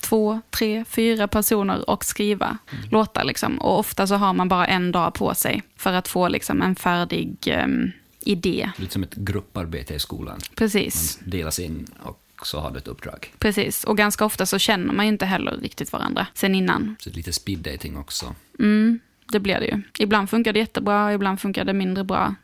två, tre, fyra personer och skriva låtar. Liksom. Och ofta så har man bara en dag på sig för att få liksom, en färdig ehm, idé.
Lite som ett grupparbete i skolan.
Precis.
Man delas in och så har du ett uppdrag.
Precis, och ganska ofta så känner man ju inte heller riktigt varandra sen innan.
Så lite speed dating också.
Mm, det blir det ju. Ibland funkar det jättebra, ibland funkar det mindre bra.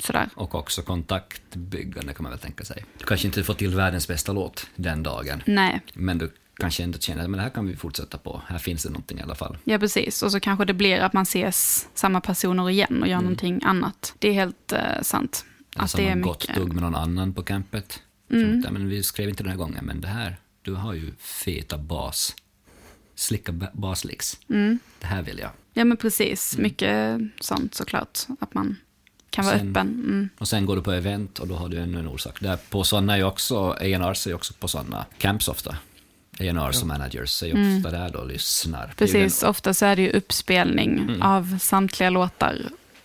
Sådär.
Och också kontaktbyggande kan man väl tänka sig. Du kanske inte får till världens bästa låt den dagen.
Nej,
Men du kanske ändå känner att men det här kan vi fortsätta på. Här finns det någonting i alla fall.
ja precis. Och så kanske det blir att man ses samma personer igen och gör någonting annat. Det är helt eh, sant.
Eller
Att
som
det är
har gått
mycket.
Alltså, dugg med någon annan på campet. Mm. Att, ja, men vi skrev inte den här gången, men det här, du har ju feta bas. Slicka ba- baslicks.
Mm.
Det här vill jag.
Ja men precis, mycket sånt såklart. Att man kan vara
Sen-
öppen. Mm.
Och sen går du på event och då har du ännu en orsak. Där på sådana är ju också, A&Rs är ju också på sådana camps ofta. A&Rs och managers är ju ofta där då och lyssnar. Det är ju den-
Precis, ofta så är det ju uppspelning av samtliga låtar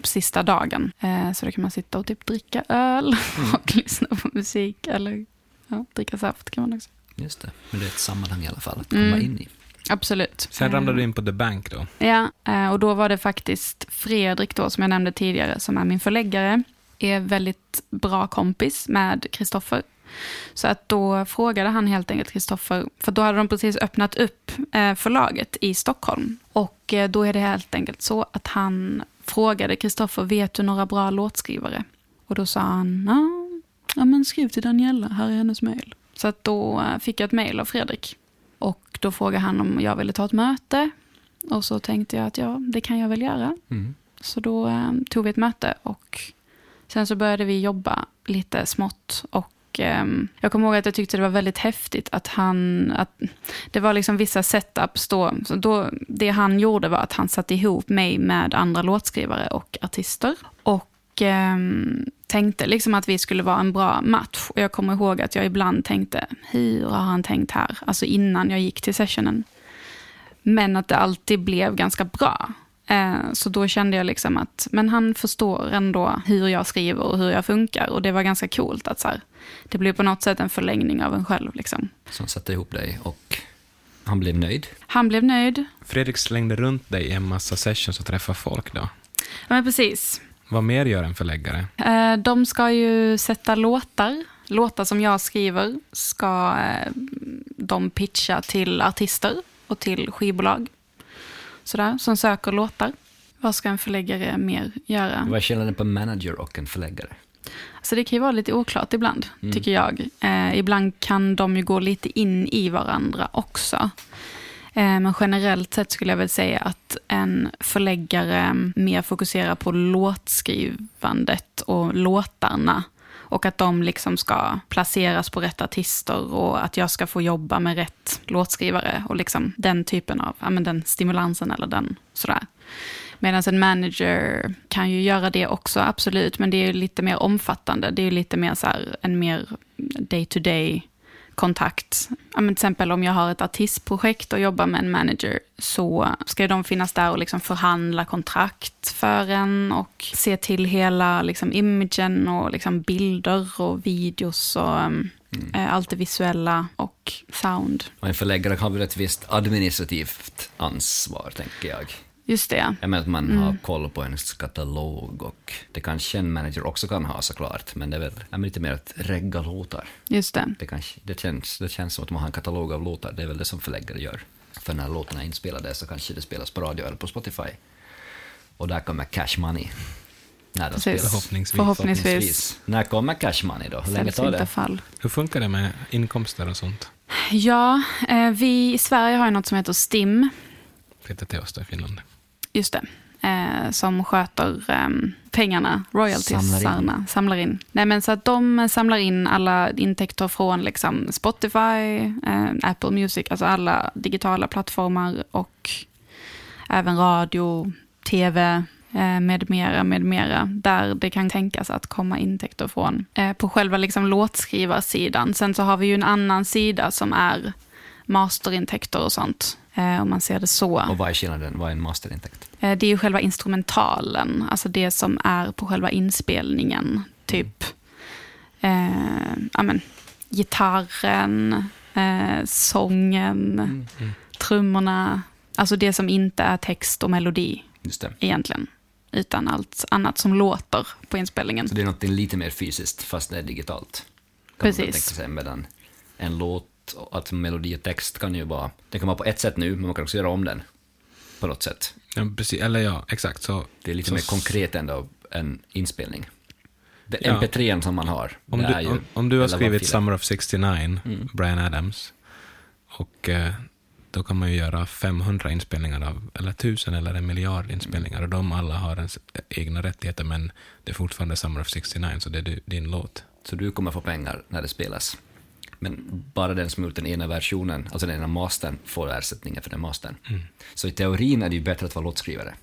sista dagen. Eh, så då kan man sitta och typ dricka öl och lyssna på musik eller ja, dricka saft kan man också.
Just det, men det är ett sammanhang i alla fall att komma in i.
Absolut.
Sen ramlade du in på The Bank då.
Ja, eh, och då var det faktiskt Fredrik då, som jag nämnde tidigare, som är min förläggare, är väldigt bra kompis med Kristoffer. Så att då frågade han helt enkelt Kristoffer, för då hade de precis öppnat upp eh, förlaget i Stockholm. Och eh, då är det helt enkelt så att han frågade Kristoffer, vet du några bra låtskrivare? Och då sa han, "Ja, ja men skriv till Daniela, här är hennes mejl. Så att då eh, fick jag ett mejl av Fredrik. Och då frågade han om jag ville ta ett möte. Och så tänkte jag att ja, det kan jag väl göra.
Mm.
Så då eh, tog vi ett möte och sen så började vi jobba lite smått. Och eh, jag kommer ihåg att jag tyckte det var väldigt häftigt att han, att det var liksom vissa setups då. Så då. Det han gjorde var att han satte ihop mig med andra låtskrivare och artister. Och eh, tänkte liksom att vi skulle vara en bra match. Och jag kommer ihåg att jag ibland tänkte, hur har han tänkt här? Alltså innan jag gick till sessionen. Men att det alltid blev ganska bra. Eh, Så då kände jag liksom att men han förstår ändå hur jag skriver och hur jag funkar. Och det var ganska coolt att så här, det blev på något sätt en förlängning av en själv. Liksom.
Som satte ihop dig och han blev nöjd.
Han blev nöjd.
Fredrik slängde runt dig i en massa sessions och träffade folk då.
Ja, men precis.
Vad mer gör en förläggare?
Eh, De ska ju sätta låtar. Låtar som jag skriver ska eh, de pitcha till artister och till skivbolag. Sådär, som söker låtar. Vad ska en förläggare mer göra?
Vad är skillnaden på en manager och en förläggare?
Så det kan ju vara lite oklart ibland, tycker jag. Eh, ibland kan de ju gå lite in i varandra också. Eh, men generellt sett skulle jag väl säga att en förläggare mer fokuserar på låtskrivandet och låtarna. Och att de liksom ska placeras på rätt artister och att jag ska få jobba med rätt låtskrivare och liksom den typen av, ja men den stimulansen eller den sådär. Medan en manager kan ju göra det också, absolut, men det är ju lite mer omfattande. Det är ju lite mer så här, en mer day-to-day kontakt. Ja, men till exempel om jag har ett artistprojekt och jobbar med en manager så ska ju de finnas där och liksom förhandla kontrakt för en och se till hela liksom imagen och liksom bilder och videos och um,
Mm.
eh, allt det visuella och sound.
Och en förläggare har väl ett visst administrativt ansvar, tänker jag.
Just det.
Jag menar att man har koll på ens katalog och det kanske en manager också kan ha såklart, men det är väl ja, men lite mer att regga låtar.
Just det.
Det, kanske, det, känns, det känns som att man har en katalog av låtar, det är väl det som förläggare gör. För när låtarna är inspelade så kanske det spelas på radio eller på Spotify. Och där kommer Cash Money. När de
Precis.
spelas.
Förhoppningsvis.
Förhoppningsvis.
Förhoppningsvis. När kommer Cash Money då? Hur länge tar
Sällsynta
det?
fall.
Hur funkar det med inkomster och sånt?
Ja, eh, vi i Sverige har ju något som heter STIM,
Flytta till oss då i Finland.
just det, eh, som sköter eh, pengarna, royaltiesarna,
Samlar
samlar, in. Nej men så att de samlar in alla intäkter från liksom Spotify, eh, Apple Music, alltså alla digitala plattformar och även radio, tv, eh, med mera, med mera, där det kan tänkas att komma intäkter från. Eh, På själva liksom låtskrivarsidan. Sen så har vi ju en annan sida som är masterintäkter och sånt. eh, Om man ser det så.
Och vad är skillnaden? Vad är en masterintäkt?
Eh, Det är ju själva instrumentalen, alltså det som är på själva inspelningen. Typ eh, ja, men, gitarren, eh, sången,
Mm.
trummorna. Alltså det som inte är text och melodi
Just det.
egentligen. Utan allt annat som låter på inspelningen.
Så det är något lite mer fysiskt fast det är digitalt. Kan man väl
Precis.
tänka sig, medan en låt, och att melodi och text kan ju vara, den kan vara på ett sätt nu, men man kan också göra om den på något sätt.
Ja, precis, eller ja, exakt. Så,
Det är lite
så,
mer konkret ändå än inspelning. Det
Ja.
MP3 som man har,
Om
det
du,
är ju...
om, om du har
eller
skrivit
filen.
Summer of 69,
Mm.
Brian Adams, och eh, då kan man ju göra 500 inspelningar av, eller 1000 eller en miljard inspelningar, och de alla har ens egna rättigheter, men det är fortfarande Summer of 69, så det är du, din låt.
Så du kommer få pengar när det spelas. Men bara den som har gjort den ena versionen, alltså den ena mastern, får ersättningen för den mastern.
Mm.
Så i teorin är det ju bättre att vara låtskrivare.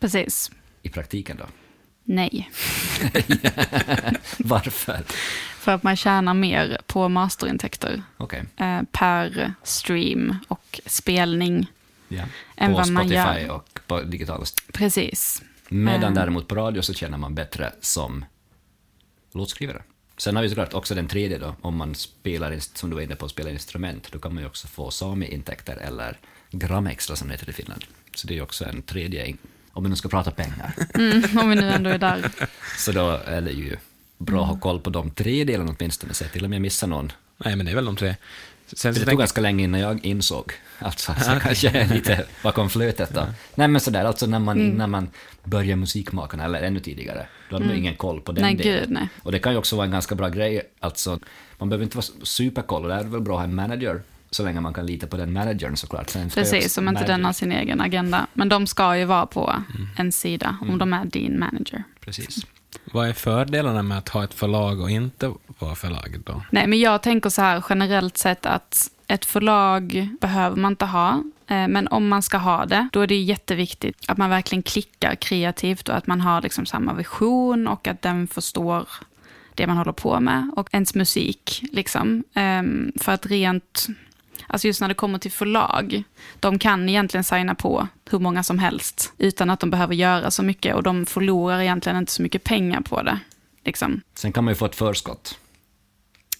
Precis.
I praktiken då?
Nej.
Varför?
För att man tjänar mer på masterintäkter
Okej.
eh, per stream och spelning.
Ja.
Än
på
vad man
Spotify
gör.
och på digitala... st-
Precis.
Medan däremot på radio så tjänar man bättre som låtskrivare. Sen har vi såklart också den tredje då, om man spelar, inst- som du var inne på, spelar instrument, då kan man ju också få sami-intäkter eller gramextra som det heter i Finland. Så det är ju också en tredje, in- om vi nu ska prata pengar.
Mm, om vi nu ändå är där.
Så då är det ju bra att ha koll på de tre delarna åtminstone, så jag till och med missar någon.
Nej, men det är väl de tre.
För
Sen så
det tog
tänker
ganska länge innan jag insåg. Alltså, så jag kanske är lite bakom flötet då. Nej men sådär, alltså när man,
Mm.
när man börjar musikmakarna, eller ännu tidigare, då hade man ju ingen koll på den
Nej,
delen.
gud, nej.
Och det kan ju också vara en ganska bra grej, alltså man behöver inte vara superkoll, och det är väl bra att ha en manager, så länge man kan lita på den managern såklart. Sen ska ju
Precis,
också
om inte den
manager-
har sin egen agenda. Men de ska ju vara på en sida om de är din manager.
Precis.
Vad är fördelarna med att ha ett förlag och inte vara förlag då?
Nej, men jag tänker så här generellt sett att ett förlag behöver man inte ha. eh, Men om man ska ha det, då är det ju jätteviktigt att man verkligen klickar kreativt och att man har liksom samma vision och att den förstår det man håller på med och ens musik. Liksom. Ehm, För att rent, alltså just när det kommer till förlag, de kan egentligen signa på hur många som helst utan att de behöver göra så mycket och de förlorar egentligen inte så mycket pengar på det. Liksom,
Sen kan man ju få ett förskott.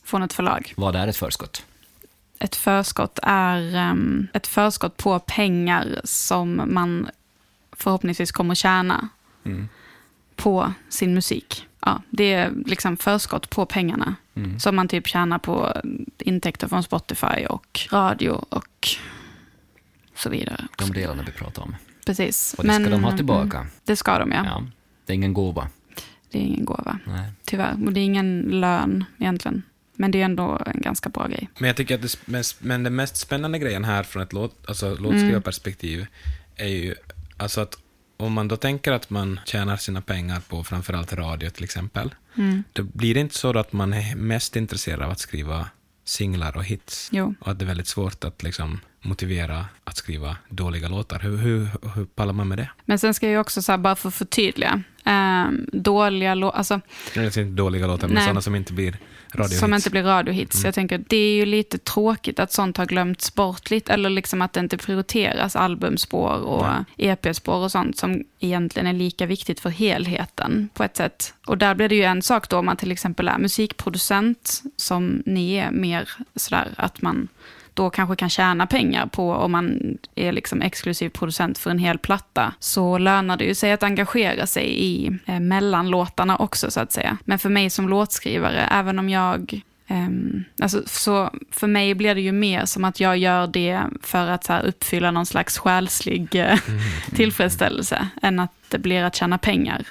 från ett förlag.
Vad är ett förskott?
Ett förskott är ehm, ett förskott på pengar som man förhoppningsvis kommer att tjäna
Mm.
på sin musik. Ja, det är liksom förskott på pengarna
Mm.
som man typ tjänar på intäkter från Spotify och radio och så vidare.
De delarna vi pratar om.
Precis.
Och det ska de ha tillbaka.
mm, Det ska de, ja.
Ja. Det är ingen gåva.
Det är ingen gåva,
Nej.
tyvärr. Och det är ingen lön egentligen. Men det är ändå en ganska bra grej.
Men jag tycker att det, sp- men- men den mest spännande grejen här från ett låt, alltså låtskrivarperspektiv är ju alltså att om man då tänker att man tjänar sina pengar på framförallt radio till exempel, då blir det inte så då att man är mest intresserad av att skriva singlar och hits.
Jo.
Och att det är väldigt svårt att liksom motivera att skriva dåliga låtar. Hur, hur, hur pallar man med det?
Men sen ska jag också så här, bara för att förtydliga, ehm, dåliga låtar, alltså
Eller inte dåliga låtar, men
Nej.
sådana som inte blir radiohits.
som inte blir radiohits. Jag tänker, det är ju lite tråkigt att sånt har glömts bort lite, eller liksom att det inte prioriteras albumspår och EP-spår och sånt som egentligen är lika viktigt för helheten på ett sätt. Och där blir det ju en sak då om man till exempel är musikproducent, som ni är mer sådär att man då kanske kan tjäna pengar på om man är liksom exklusiv producent för en hel platta, så lönar det ju sig att engagera sig i eh, mellanlåtarna också så att säga. Men för mig som låtskrivare, även om jag ehm, alltså, så för mig blir det ju mer som att jag gör det för att så här, uppfylla någon slags själslig eh,
Mm.
tillfredsställelse, än att det blir att tjäna pengar.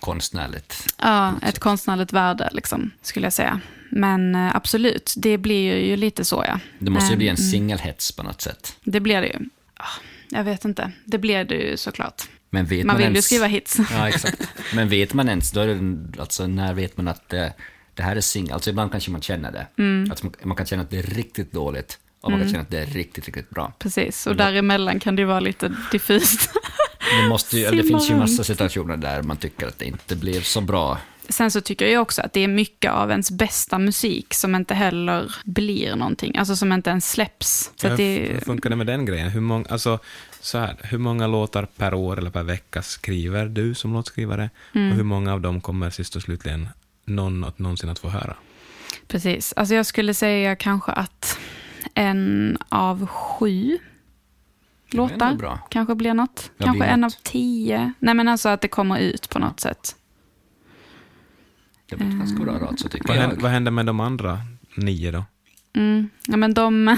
Konstnärligt.
Ja, ett konstnärligt värde liksom, skulle jag säga. Men eh, absolut, det blir ju lite så ja.
Det måste ju
Ehm,
bli en singelhets på något sätt.
Det blir det ju. Ah, Jag vet inte. Det blir det ju såklart.
Men vet
Man vill ju
ens...
skriva hits.
Ja, exakt. Men vet man ens, då är det, alltså, när vet man att det, det här är singel? Alltså ibland kanske man känner det.
Mm.
Att man, man kan känna att det är riktigt dåligt och man kan känna att det är riktigt, riktigt bra.
Precis, och däremellan kan det ju vara lite diffust.
Det, måste ju, eller det
Simmar
finns ju massa
runt.
situationer där man tycker att det inte blev så bra.
Sen så tycker jag också att det är mycket av ens bästa musik som inte heller blir någonting, alltså som inte ens släpps. Så
hur,
att det,
hur funkar det med den grejen? Hur många, alltså, så här, hur många låtar per år eller per vecka skriver du som
Mm.
låtskrivare? Och hur många av dem kommer sist och slutligen någon att någonsin att få höra?
Precis. Alltså jag skulle säga kanske att en av sju
är ändå
låtar
bra.
kanske blir något.
Ja,
kanske
det är
en av
något.
tio. Nej, men alltså att det kommer ut på något sätt.
Det var ett ganska bra rat så tycker
Vad,
jag.
händer, vad händer med de andra nio då?
Mm. Ja, men de,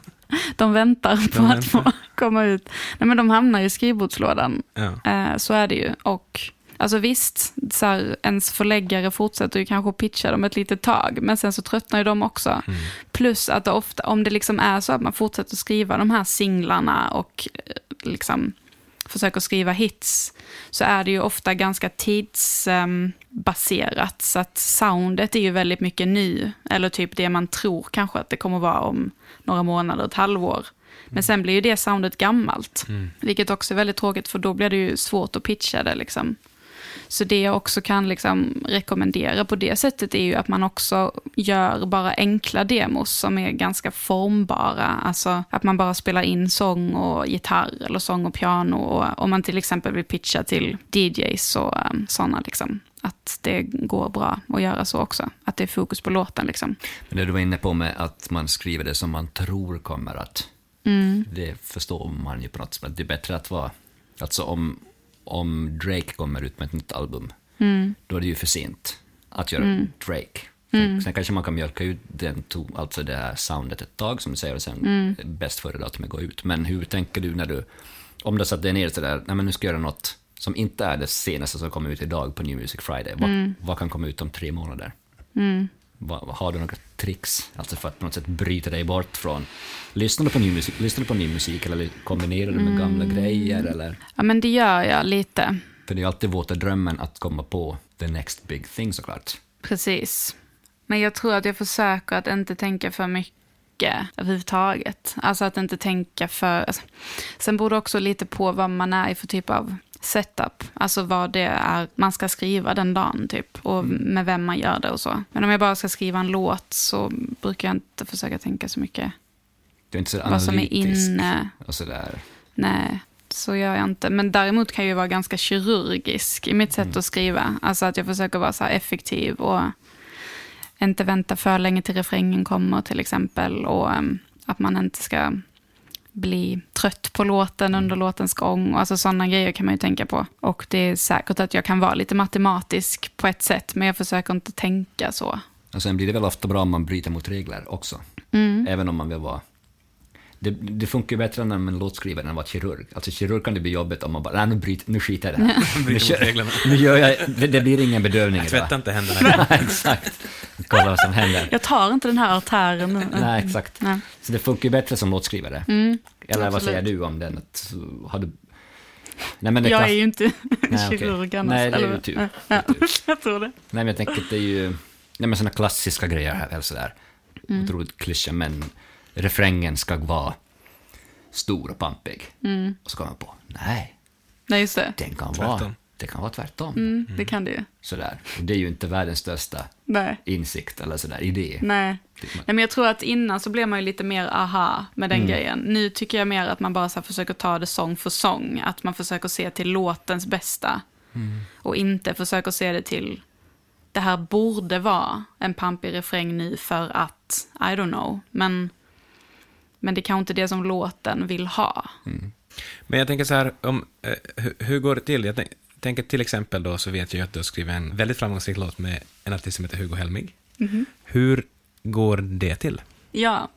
de väntar på
De
att få komma ut. Nej, men de hamnar i skrivbordslådan.
Ja.
Eh, så är det ju. Och alltså visst, så här, ens förläggare fortsätter ju kanske att pitcha dem ett litet tag, men sen så tröttnar ju de också. Plus att det ofta, om det liksom är så att man fortsätter skriva de här singlarna och eh, liksom försöker skriva hits, så är det ju ofta ganska tidsbaserat. Så att soundet är ju väldigt mycket ny, eller typ det man tror kanske att det kommer vara om några månader, ett halvår. Men sen blir ju det soundet gammalt, vilket också är väldigt tråkigt för då blir det ju svårt att pitcha det. Liksom. Så det jag också kan liksom rekommendera på det sättet är ju att man också gör bara enkla demos som är ganska formbara. Alltså att man bara spelar in sång och gitarr eller sång och piano. Och om man till exempel vill pitcha till DJs och um, sådana liksom. Att det går bra att göra så också. Att det är fokus på låten liksom.
Men det du var inne på med att man skriver det som man tror kommer att... Det förstår man ju på något sätt. Det är bättre att vara... Alltså om, om Drake kommer ut med ett nytt album, då är det ju för sent att göra Drake. Sen, sen kanske man kan mjölka ut den to, alltså det här soundet ett tag, som du säger, och sen bäst före-datumet går ut. Men hur tänker du när du... Om du satt dig ner sådär, nej men nu ska jag göra något som inte är det senaste som kommer ut idag på New Music Friday. Vad, vad kan komma ut om tre månader? Va- va- Har du några tricks alltså för att på något sätt bryta dig bort från... Lyssnar du på ny musik, lyssnar du på ny musik eller li- kombinerar du med
Mm.
gamla grejer? Eller?
Ja men det gör jag lite.
För det är ju alltid våta drömmen att komma på the next big thing såklart.
Precis. Men jag tror att jag försöker att inte tänka för mycket överhuvudtaget. Alltså att inte tänka för... Alltså. Sen beror det också lite på vad man är i för typ av setup. Alltså vad det är man ska skriva den dagen typ. Och med vem man gör det och så. Men om jag bara ska skriva en låt så brukar jag inte försöka tänka så mycket.
Du är inte så
Vad som är
analytisk
inne.
och sådär.
Nej, så gör jag inte. Men däremot kan jag ju vara ganska kirurgisk i mitt sätt
Mm.
att skriva. Alltså att jag försöker vara så här effektiv och inte vänta för länge till refrängen kommer till exempel. Och em, att man inte ska bli trött på låten
Mm.
under låtens gång. Och alltså sådana grejer kan man ju tänka på. Och det är säkert att jag kan vara lite matematisk på ett sätt, men jag försöker inte tänka så.
Och sen blir det väl ofta bra om man bryter mot regler också.
Mm.
Även om man vill vara... Det, det funkar ju bättre när man är låtskrivare än att vara kirurg. Alltså kirurg kan det bli jobbigt om man bara, nej nu, bryter, nu skiter jag i det här. nu,
Bryter mot reglerna.
nu gör jag, det, det blir ingen bedövning idag.
Tvätta inte händerna.
Exakt. Kolla vad som händer.
Jag tar inte den här artären nu.
Nej, exakt.
Nej.
Så det funkar ju bättre som låtskrivare. Eller vad
Mm. absolut.
säger du om den? Att, har du... Nej, men det
Jag
klass-
är ju inte
Nej, okej.
kirurg annars.
Nej, det är
eller
ju typ-
vad?
tur.
Ja,
Det är tur.
jag tror det.
Nej, men jag tänker att det är ju... Nej, men såna klassiska grejer här, eller sådär.
Mm.
Otroligt klyscha, men refrängen ska vara stor och pampig.
Mm.
Och så kommer man på, nej,
Nej, just det.
den kan vara...
Tvärtom.
Det kan vara tvärtom.
Mm, Det kan det ju.
Sådär. Och det är ju inte världens största
Nej.
insikt eller sådär, idé.
Nej.
Typ man-
Nej, men jag tror att innan så blev man ju lite mer aha med den grejen. Nu tycker jag mer att man bara så här försöker ta det sång för sång. Att man försöker se till låtens bästa. Och inte försöker se det till, det här borde vara en pampig refräng nu för att, I don't know. Men, men det är kanske inte det som låten vill ha.
Men jag tänker så här, om, eh, hur, hur går det till? Jag tänk, tänker till exempel då, så vet jag ju att du har skrivit en väldigt framgångsrik låt med en artist som heter Hugo Helmig.
Mhm.
Hur går det till?
Ja,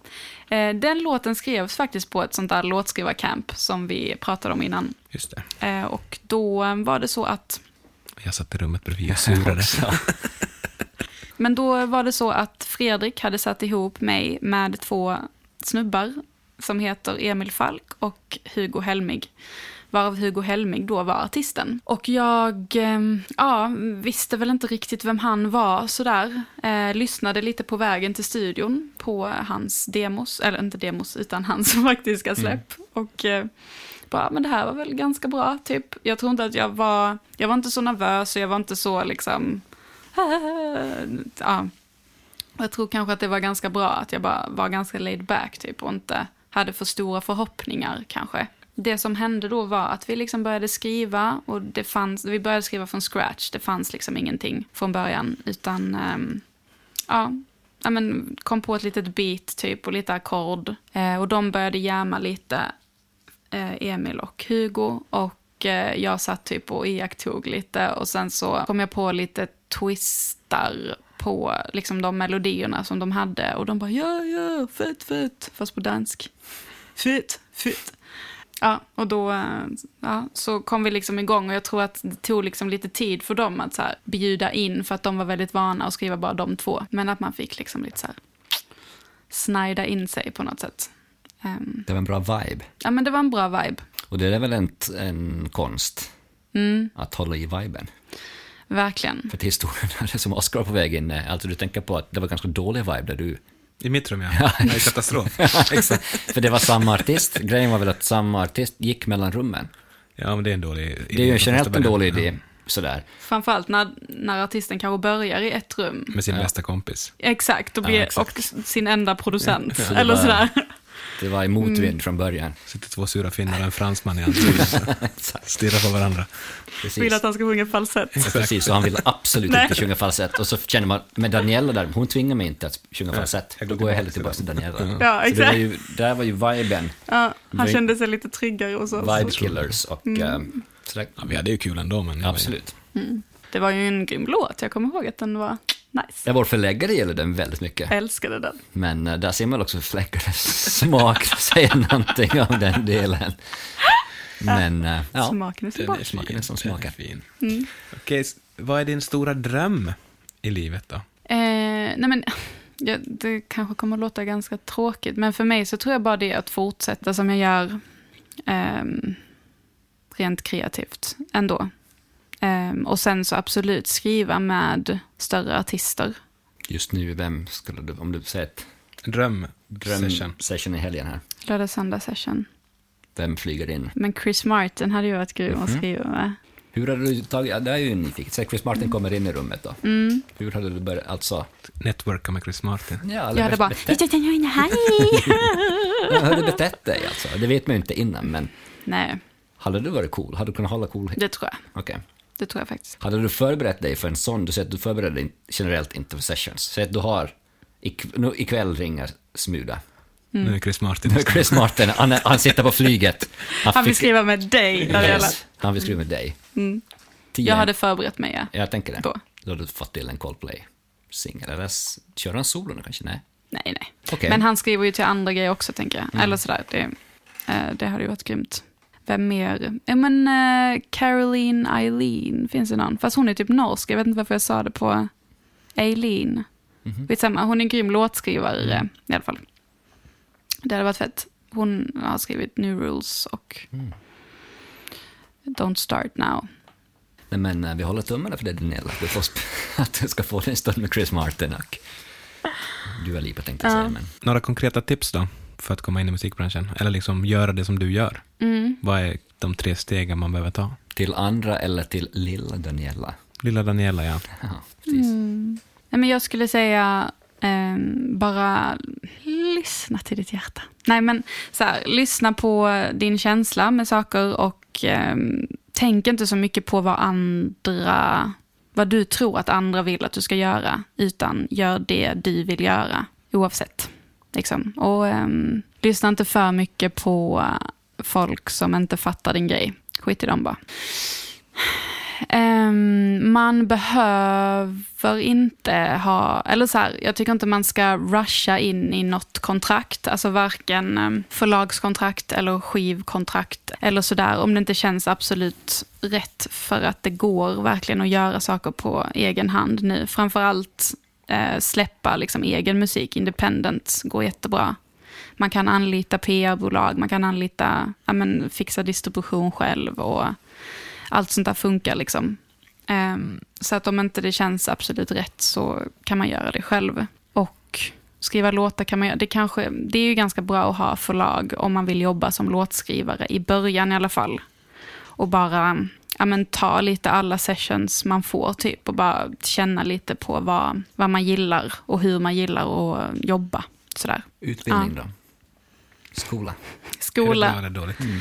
eh, den låten skrevs faktiskt på ett sånt där låtskrivarcamp som vi pratade om innan.
Just det.
Eh, Och då var det så att,
Jag satt i rummet bredvid och surade.
men då var det så att Fredrik hade satt ihop mig med två snubbar som heter Emil Falk och Hugo Helmig. Varav Hugo Helmig då var artisten. Och jag eh, ja, visste väl inte riktigt vem han var sådär. Eh, lyssnade lite på vägen till studion på hans demos, eller inte demos utan hans faktiska släpp. Och eh, bara, men det här var väl ganska bra, typ. Jag tror inte att jag var, jag var inte så nervös och jag var inte så liksom, ja. Jag tror kanske att det var ganska bra att jag bara var ganska laid back typ och inte hade för stora förhoppningar kanske. Det som hände då var att vi liksom började skriva och det fanns, vi började skriva från scratch. Det fanns liksom ingenting från början utan ehm, ja, ja, men, kom på ett litet beat typ och lite ackord. Eh, och de började jamma lite, eh, Emil och Hugo. Och eh, jag satt typ och iakttog lite och sen så kom jag på lite twistar på liksom, de melodierna som de hade. Och de bara ja, ja, fett, fett, fast på dansk. Fett, fett. Ja, och då eh, ja, så kom vi liksom igång och jag tror att det tog liksom lite tid för dem att så här bjuda in för att de var väldigt vana att skriva bara de två. Men att man fick liksom lite så här snida in sig på något sätt. Ehm,
Det var en bra vibe.
ja, men det var en bra vibe.
Och det är väl en, en konst,
Mm.
att hålla i viben.
Verkligen.
För att historien är som Oscar var på väg in, eh, alltså du tänker på att det var ganska dålig vibe där du...
I mitt rum, ja. Det är katastrof.
Exakt. För det var samma artist, grejen var väl att samma artist gick mellan rummen.
Ja, men det är en dålig idé.
Det är ju
från första
generellt en
början.
dålig
Ja.
idé, sådär.
Framförallt när, när artisten kanske börjar i ett rum.
Med sin bästa kompis.
Exakt, och, blir,
Ja, exakt.
och sin enda producent.
Ja, det
Eller
var-
sådär.
Det var i motvind
Mm.
från början.
Sitter två sura finnar och en fransman i hans hus. Stirrar på varandra.
Precis.
Vill att han ska sjunga falsett.
Precis, och han vill absolut
Nej.
inte sjunga falsett. Och så känner man, men Daniela där, hon tvingar mig inte att sjunga falsett.
jag
Då
går
går jag hellre tillbaka
tillbaka
till Daniela.
Ja,
Så det var
exakt.
ju, där var ju viben,
Ja, han
Vi-
kände sig lite tryggare hos oss.
vibe killers och
Mm.
ehm, sådär.
Ja, vi hade ju kul ändå, men...
Absolut.
Det var ju en grym låt, jag kommer ihåg att den var nice.
Ja, vår förläggare gillar den väldigt mycket.
Jag älskade den.
Men eh, där ser man också fläckarnas smak säga någonting om den delen. Men eh, ja,
Smaken är så
Den
bra.
är fin.
Smaken är som
den är
smakar.
fin. Okej, s- vad är din stora dröm i livet då?
Eh, nej men, ja, det kanske kommer att låta ganska tråkigt, men för mig så tror jag bara det är att fortsätta som jag gör ehm, rent kreativt ändå. Ehm, och sen så absolut skriva med större artister.
just nu, vem skulle du, om du säger ett
Dröm, session.
drömsession session i helgen här,
Lördag, söndag session.
vem flyger in?
Men Chris Martin hade ju varit grym
Mhm.
att skriva med.
Hur hade du tagit, ja, det är ju nyfiket, säg Chris Martin kommer in i rummet då.
Mm.
Hur hade du börjat, alltså?
Networka med Chris Martin.
Ja,
Jag hade bara,
betett, hur hade du betett dig alltså? Det vet man ju inte innan, men
nej,
hade du varit cool? Hade du kunnat hålla cool? Okej.
det tror jag. Det tror jag faktiskt.
Hade du förberett dig för en sån, du säger att du förbereder dig generellt inte för sessions. Säg att du har, ik- nu, ikväll ringer Smuda.
Nu är Chris Martin.
Chris Martin, han, är, han sitter på flyget.
Han vill
fick-
skriva med dig, Daniela.
Yes, han vill skriva med dig. Tio,
Jag hade förberett mig, ja.
jag tänker det.
Då.
Då hade du fått till en Coldplay-singel. Eller s- kör han solo nu kanske? Nej.
Nej, nej.
Okej.
Men han skriver ju till andra grejer också, tänker jag. Eller sådär, det, eh, det hade ju varit grymt. Vem mer? Ja, men eh, Caroline Eileen finns det någon. Fast hon är typ norsk, jag vet inte varför jag sa det på Eileen.
Mhm.
Skitsamma, hon är en grym låtskrivare i alla fall. Det hade varit fett. Hon har skrivit New Rules och Don't Start Now.
Nej, men eh, vi håller tummarna för det Daniela. Du får sp- att du ska få din stund med Chris Martin och du är Lipa tänkte jag säga. Men
Några konkreta tips då, för att komma in i musikbranschen? Eller liksom göra det som du gör?
Mm.
Vad är de tre stegen man behöver ta?
till andra eller till lilla Daniela?
Lilla Daniela, ja.
Ja, precis.
Mm. Nej, men jag skulle säga ehm, bara lyssna till ditt hjärta. Nej, men så här, lyssna på din känsla med saker och ehm, tänk inte så mycket på vad andra, vad du tror att andra vill att du ska göra, utan gör det du vill göra oavsett. Liksom. Och ehm, lyssna inte för mycket på folk som inte fattar din grej. Skit i dem bara. Ehm, man behöver inte ha, eller så här, jag tycker inte man ska rusha in i något kontrakt, alltså varken ehm, förlagskontrakt eller skivkontrakt eller sådär, om det inte känns absolut rätt för att det går verkligen att göra saker på egen hand nu. Framförallt eh, släppa liksom egen musik, independent, går jättebra. Man kan anlita PR-bolag, man kan anlita, ja, men, fixa distribution själv och allt sånt där funkar liksom. Ehm, så att om inte det känns absolut rätt så kan man göra det själv. Och skriva låtar kan man göra. Det, kanske, det är ju ganska bra att ha förlag om man vill jobba som låtskrivare i början i alla fall. Och bara ja, men, ta lite alla sessions man får typ och bara känna lite på vad, vad man gillar och hur man gillar att jobba. Sådär.
Utbildning då? Skola?
Skola.
Är det bra eller dåligt? Mm.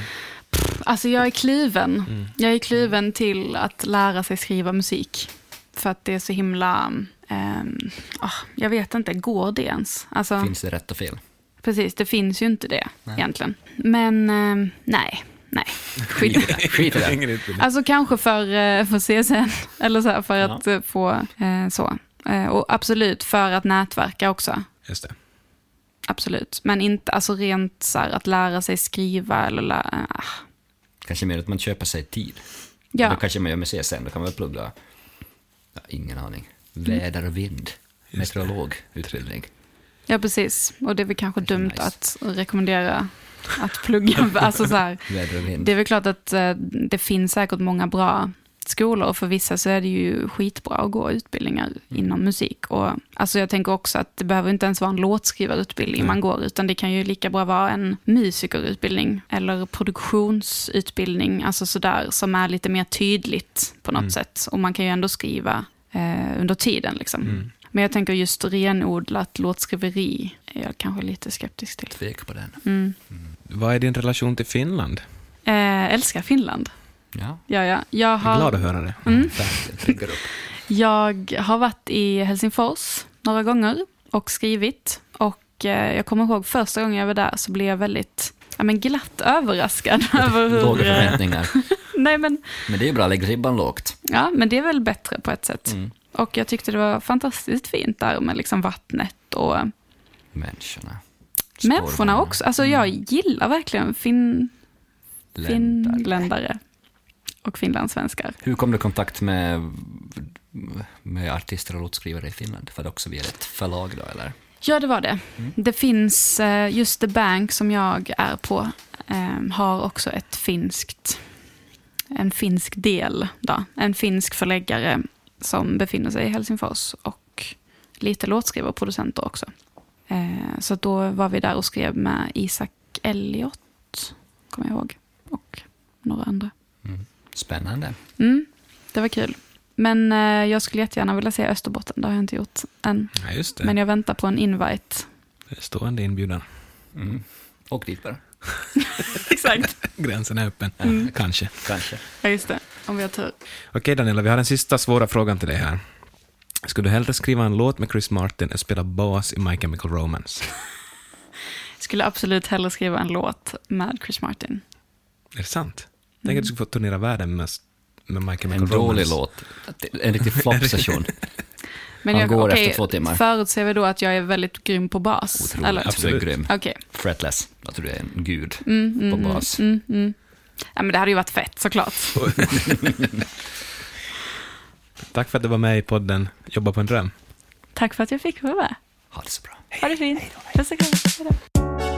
Alltså jag är kliven. Jag är kliven till att lära sig skriva musik. För att det är så himla ehm, ah, jag vet inte, går det ens? Alltså,
Finns det rätt och fel?
precis, det finns ju inte det egentligen. Men ehm, nej, nej, skit i det.
Skit i det.
Ingen utbildning.
Alltså kanske för, eh, för CSN, eller så här, för att eh, få eh, så. Eh, Och absolut för att nätverka också.
Just det.
Absolut. Men inte alltså rent så här, att lära sig skriva eller lä- ah.
Kanske mer att man köper sig tid.
Ja.
Det kanske man gör med CSN, då kan man väl plugga, ja, ingen aning, väder och vind, meteorologutbildning.
ja, precis. Och det är väl kanske
Kanske
dumt
nice.
att rekommendera att plugga. alltså så här,
Väder och vind.
det är väl klart att eh, det finns säkert många bra skolor och för vissa så är det ju skitbra att gå utbildningar
Mm.
inom musik. Och, alltså jag tänker också att det behöver inte ens vara en låtskrivarutbildning man går, utan det kan ju lika bra vara en musikerutbildning eller produktionsutbildning, alltså sådär som är lite mer tydligt på
Mm.
något sätt. Och man kan ju ändå skriva eh, under tiden liksom.
Mm.
Men jag tänker just renodlat låtskriveri är jag kanske lite skeptisk till. Mm.
Tveka på den.
Vad är din relation till Finland?
Eh, älskar Finland.
Ja,
Ja, ja. Jag
Jag
har...
är glad att höra det.
Mm.
verkligen. Triggar upp.
Jag har varit i Helsingfors några gånger och skrivit. Och eh, jag kommer ihåg första gången jag var där så blev jag väldigt ja, men glatt överraskad över
Låga
hur... eh,
förväntningar.
Nej, men,
Men det är ju bra, lägg ribban lågt.
ja, men det är väl bättre på ett sätt.
Mm.
Mm.
Och jag tyckte det var fantastiskt fint där med liksom vattnet och
Människorna.
människorna också. Alltså jag gillar verkligen fin...
Ländar.
finländare och finlandssvenskar.
Hur kom du i kontakt med, med artister och låtskrivare i Finland? För det också via ett förlag då, eller?
Ja, det var det. Det finns, eh, just The Bank som jag är på, eh, har också ett finskt, en finsk del. Då. En finsk förläggare som befinner sig i Helsingfors och lite låtskrivare och producenter också. Eh, Så då var vi där och skrev med Isak Elliot, kommer jag ihåg, och några andra.
Spännande.
Mm, det var kul. Men eh, jag skulle jättegärna vilja se Österbotten, det har jag inte gjort än.
Ja, just det.
Men jag väntar på en invite.
Det är Stående inbjudan.
Mm. Och dit bara,
Exakt.
Gränsen är öppen.
Mm.
Kanske.
kanske.
Ja, just det. Om vi har tur.
Okej Daniela, vi har den sista svåra frågan till dig här. Skulle du hellre skriva en låt med Chris Martin än spela bas i My Chemical Romance?
Skulle absolut hellre skriva en låt med Chris Martin.
Är det sant? Tänk att du skulle få turnera världen med, med My Chemical
En dålig
Romance.
låt. En riktig floppsession.
Men
Han
jag,
går
okej,
efter två timmar.
Förutser vi då att jag är väldigt grym på bas?
Otroligt.
Eller?
Absolut.
Absolut.
grym.
Okej. Mm,
Fretless. Jag tror det är en gud på bas.
Ja, men det hade ju varit fett såklart.
Tack för att du var med i podden Jobba på en dröm.
Tack för att jag fick vara med.
Ha det så bra.
Ha det fint. Puss och kram. Hej då.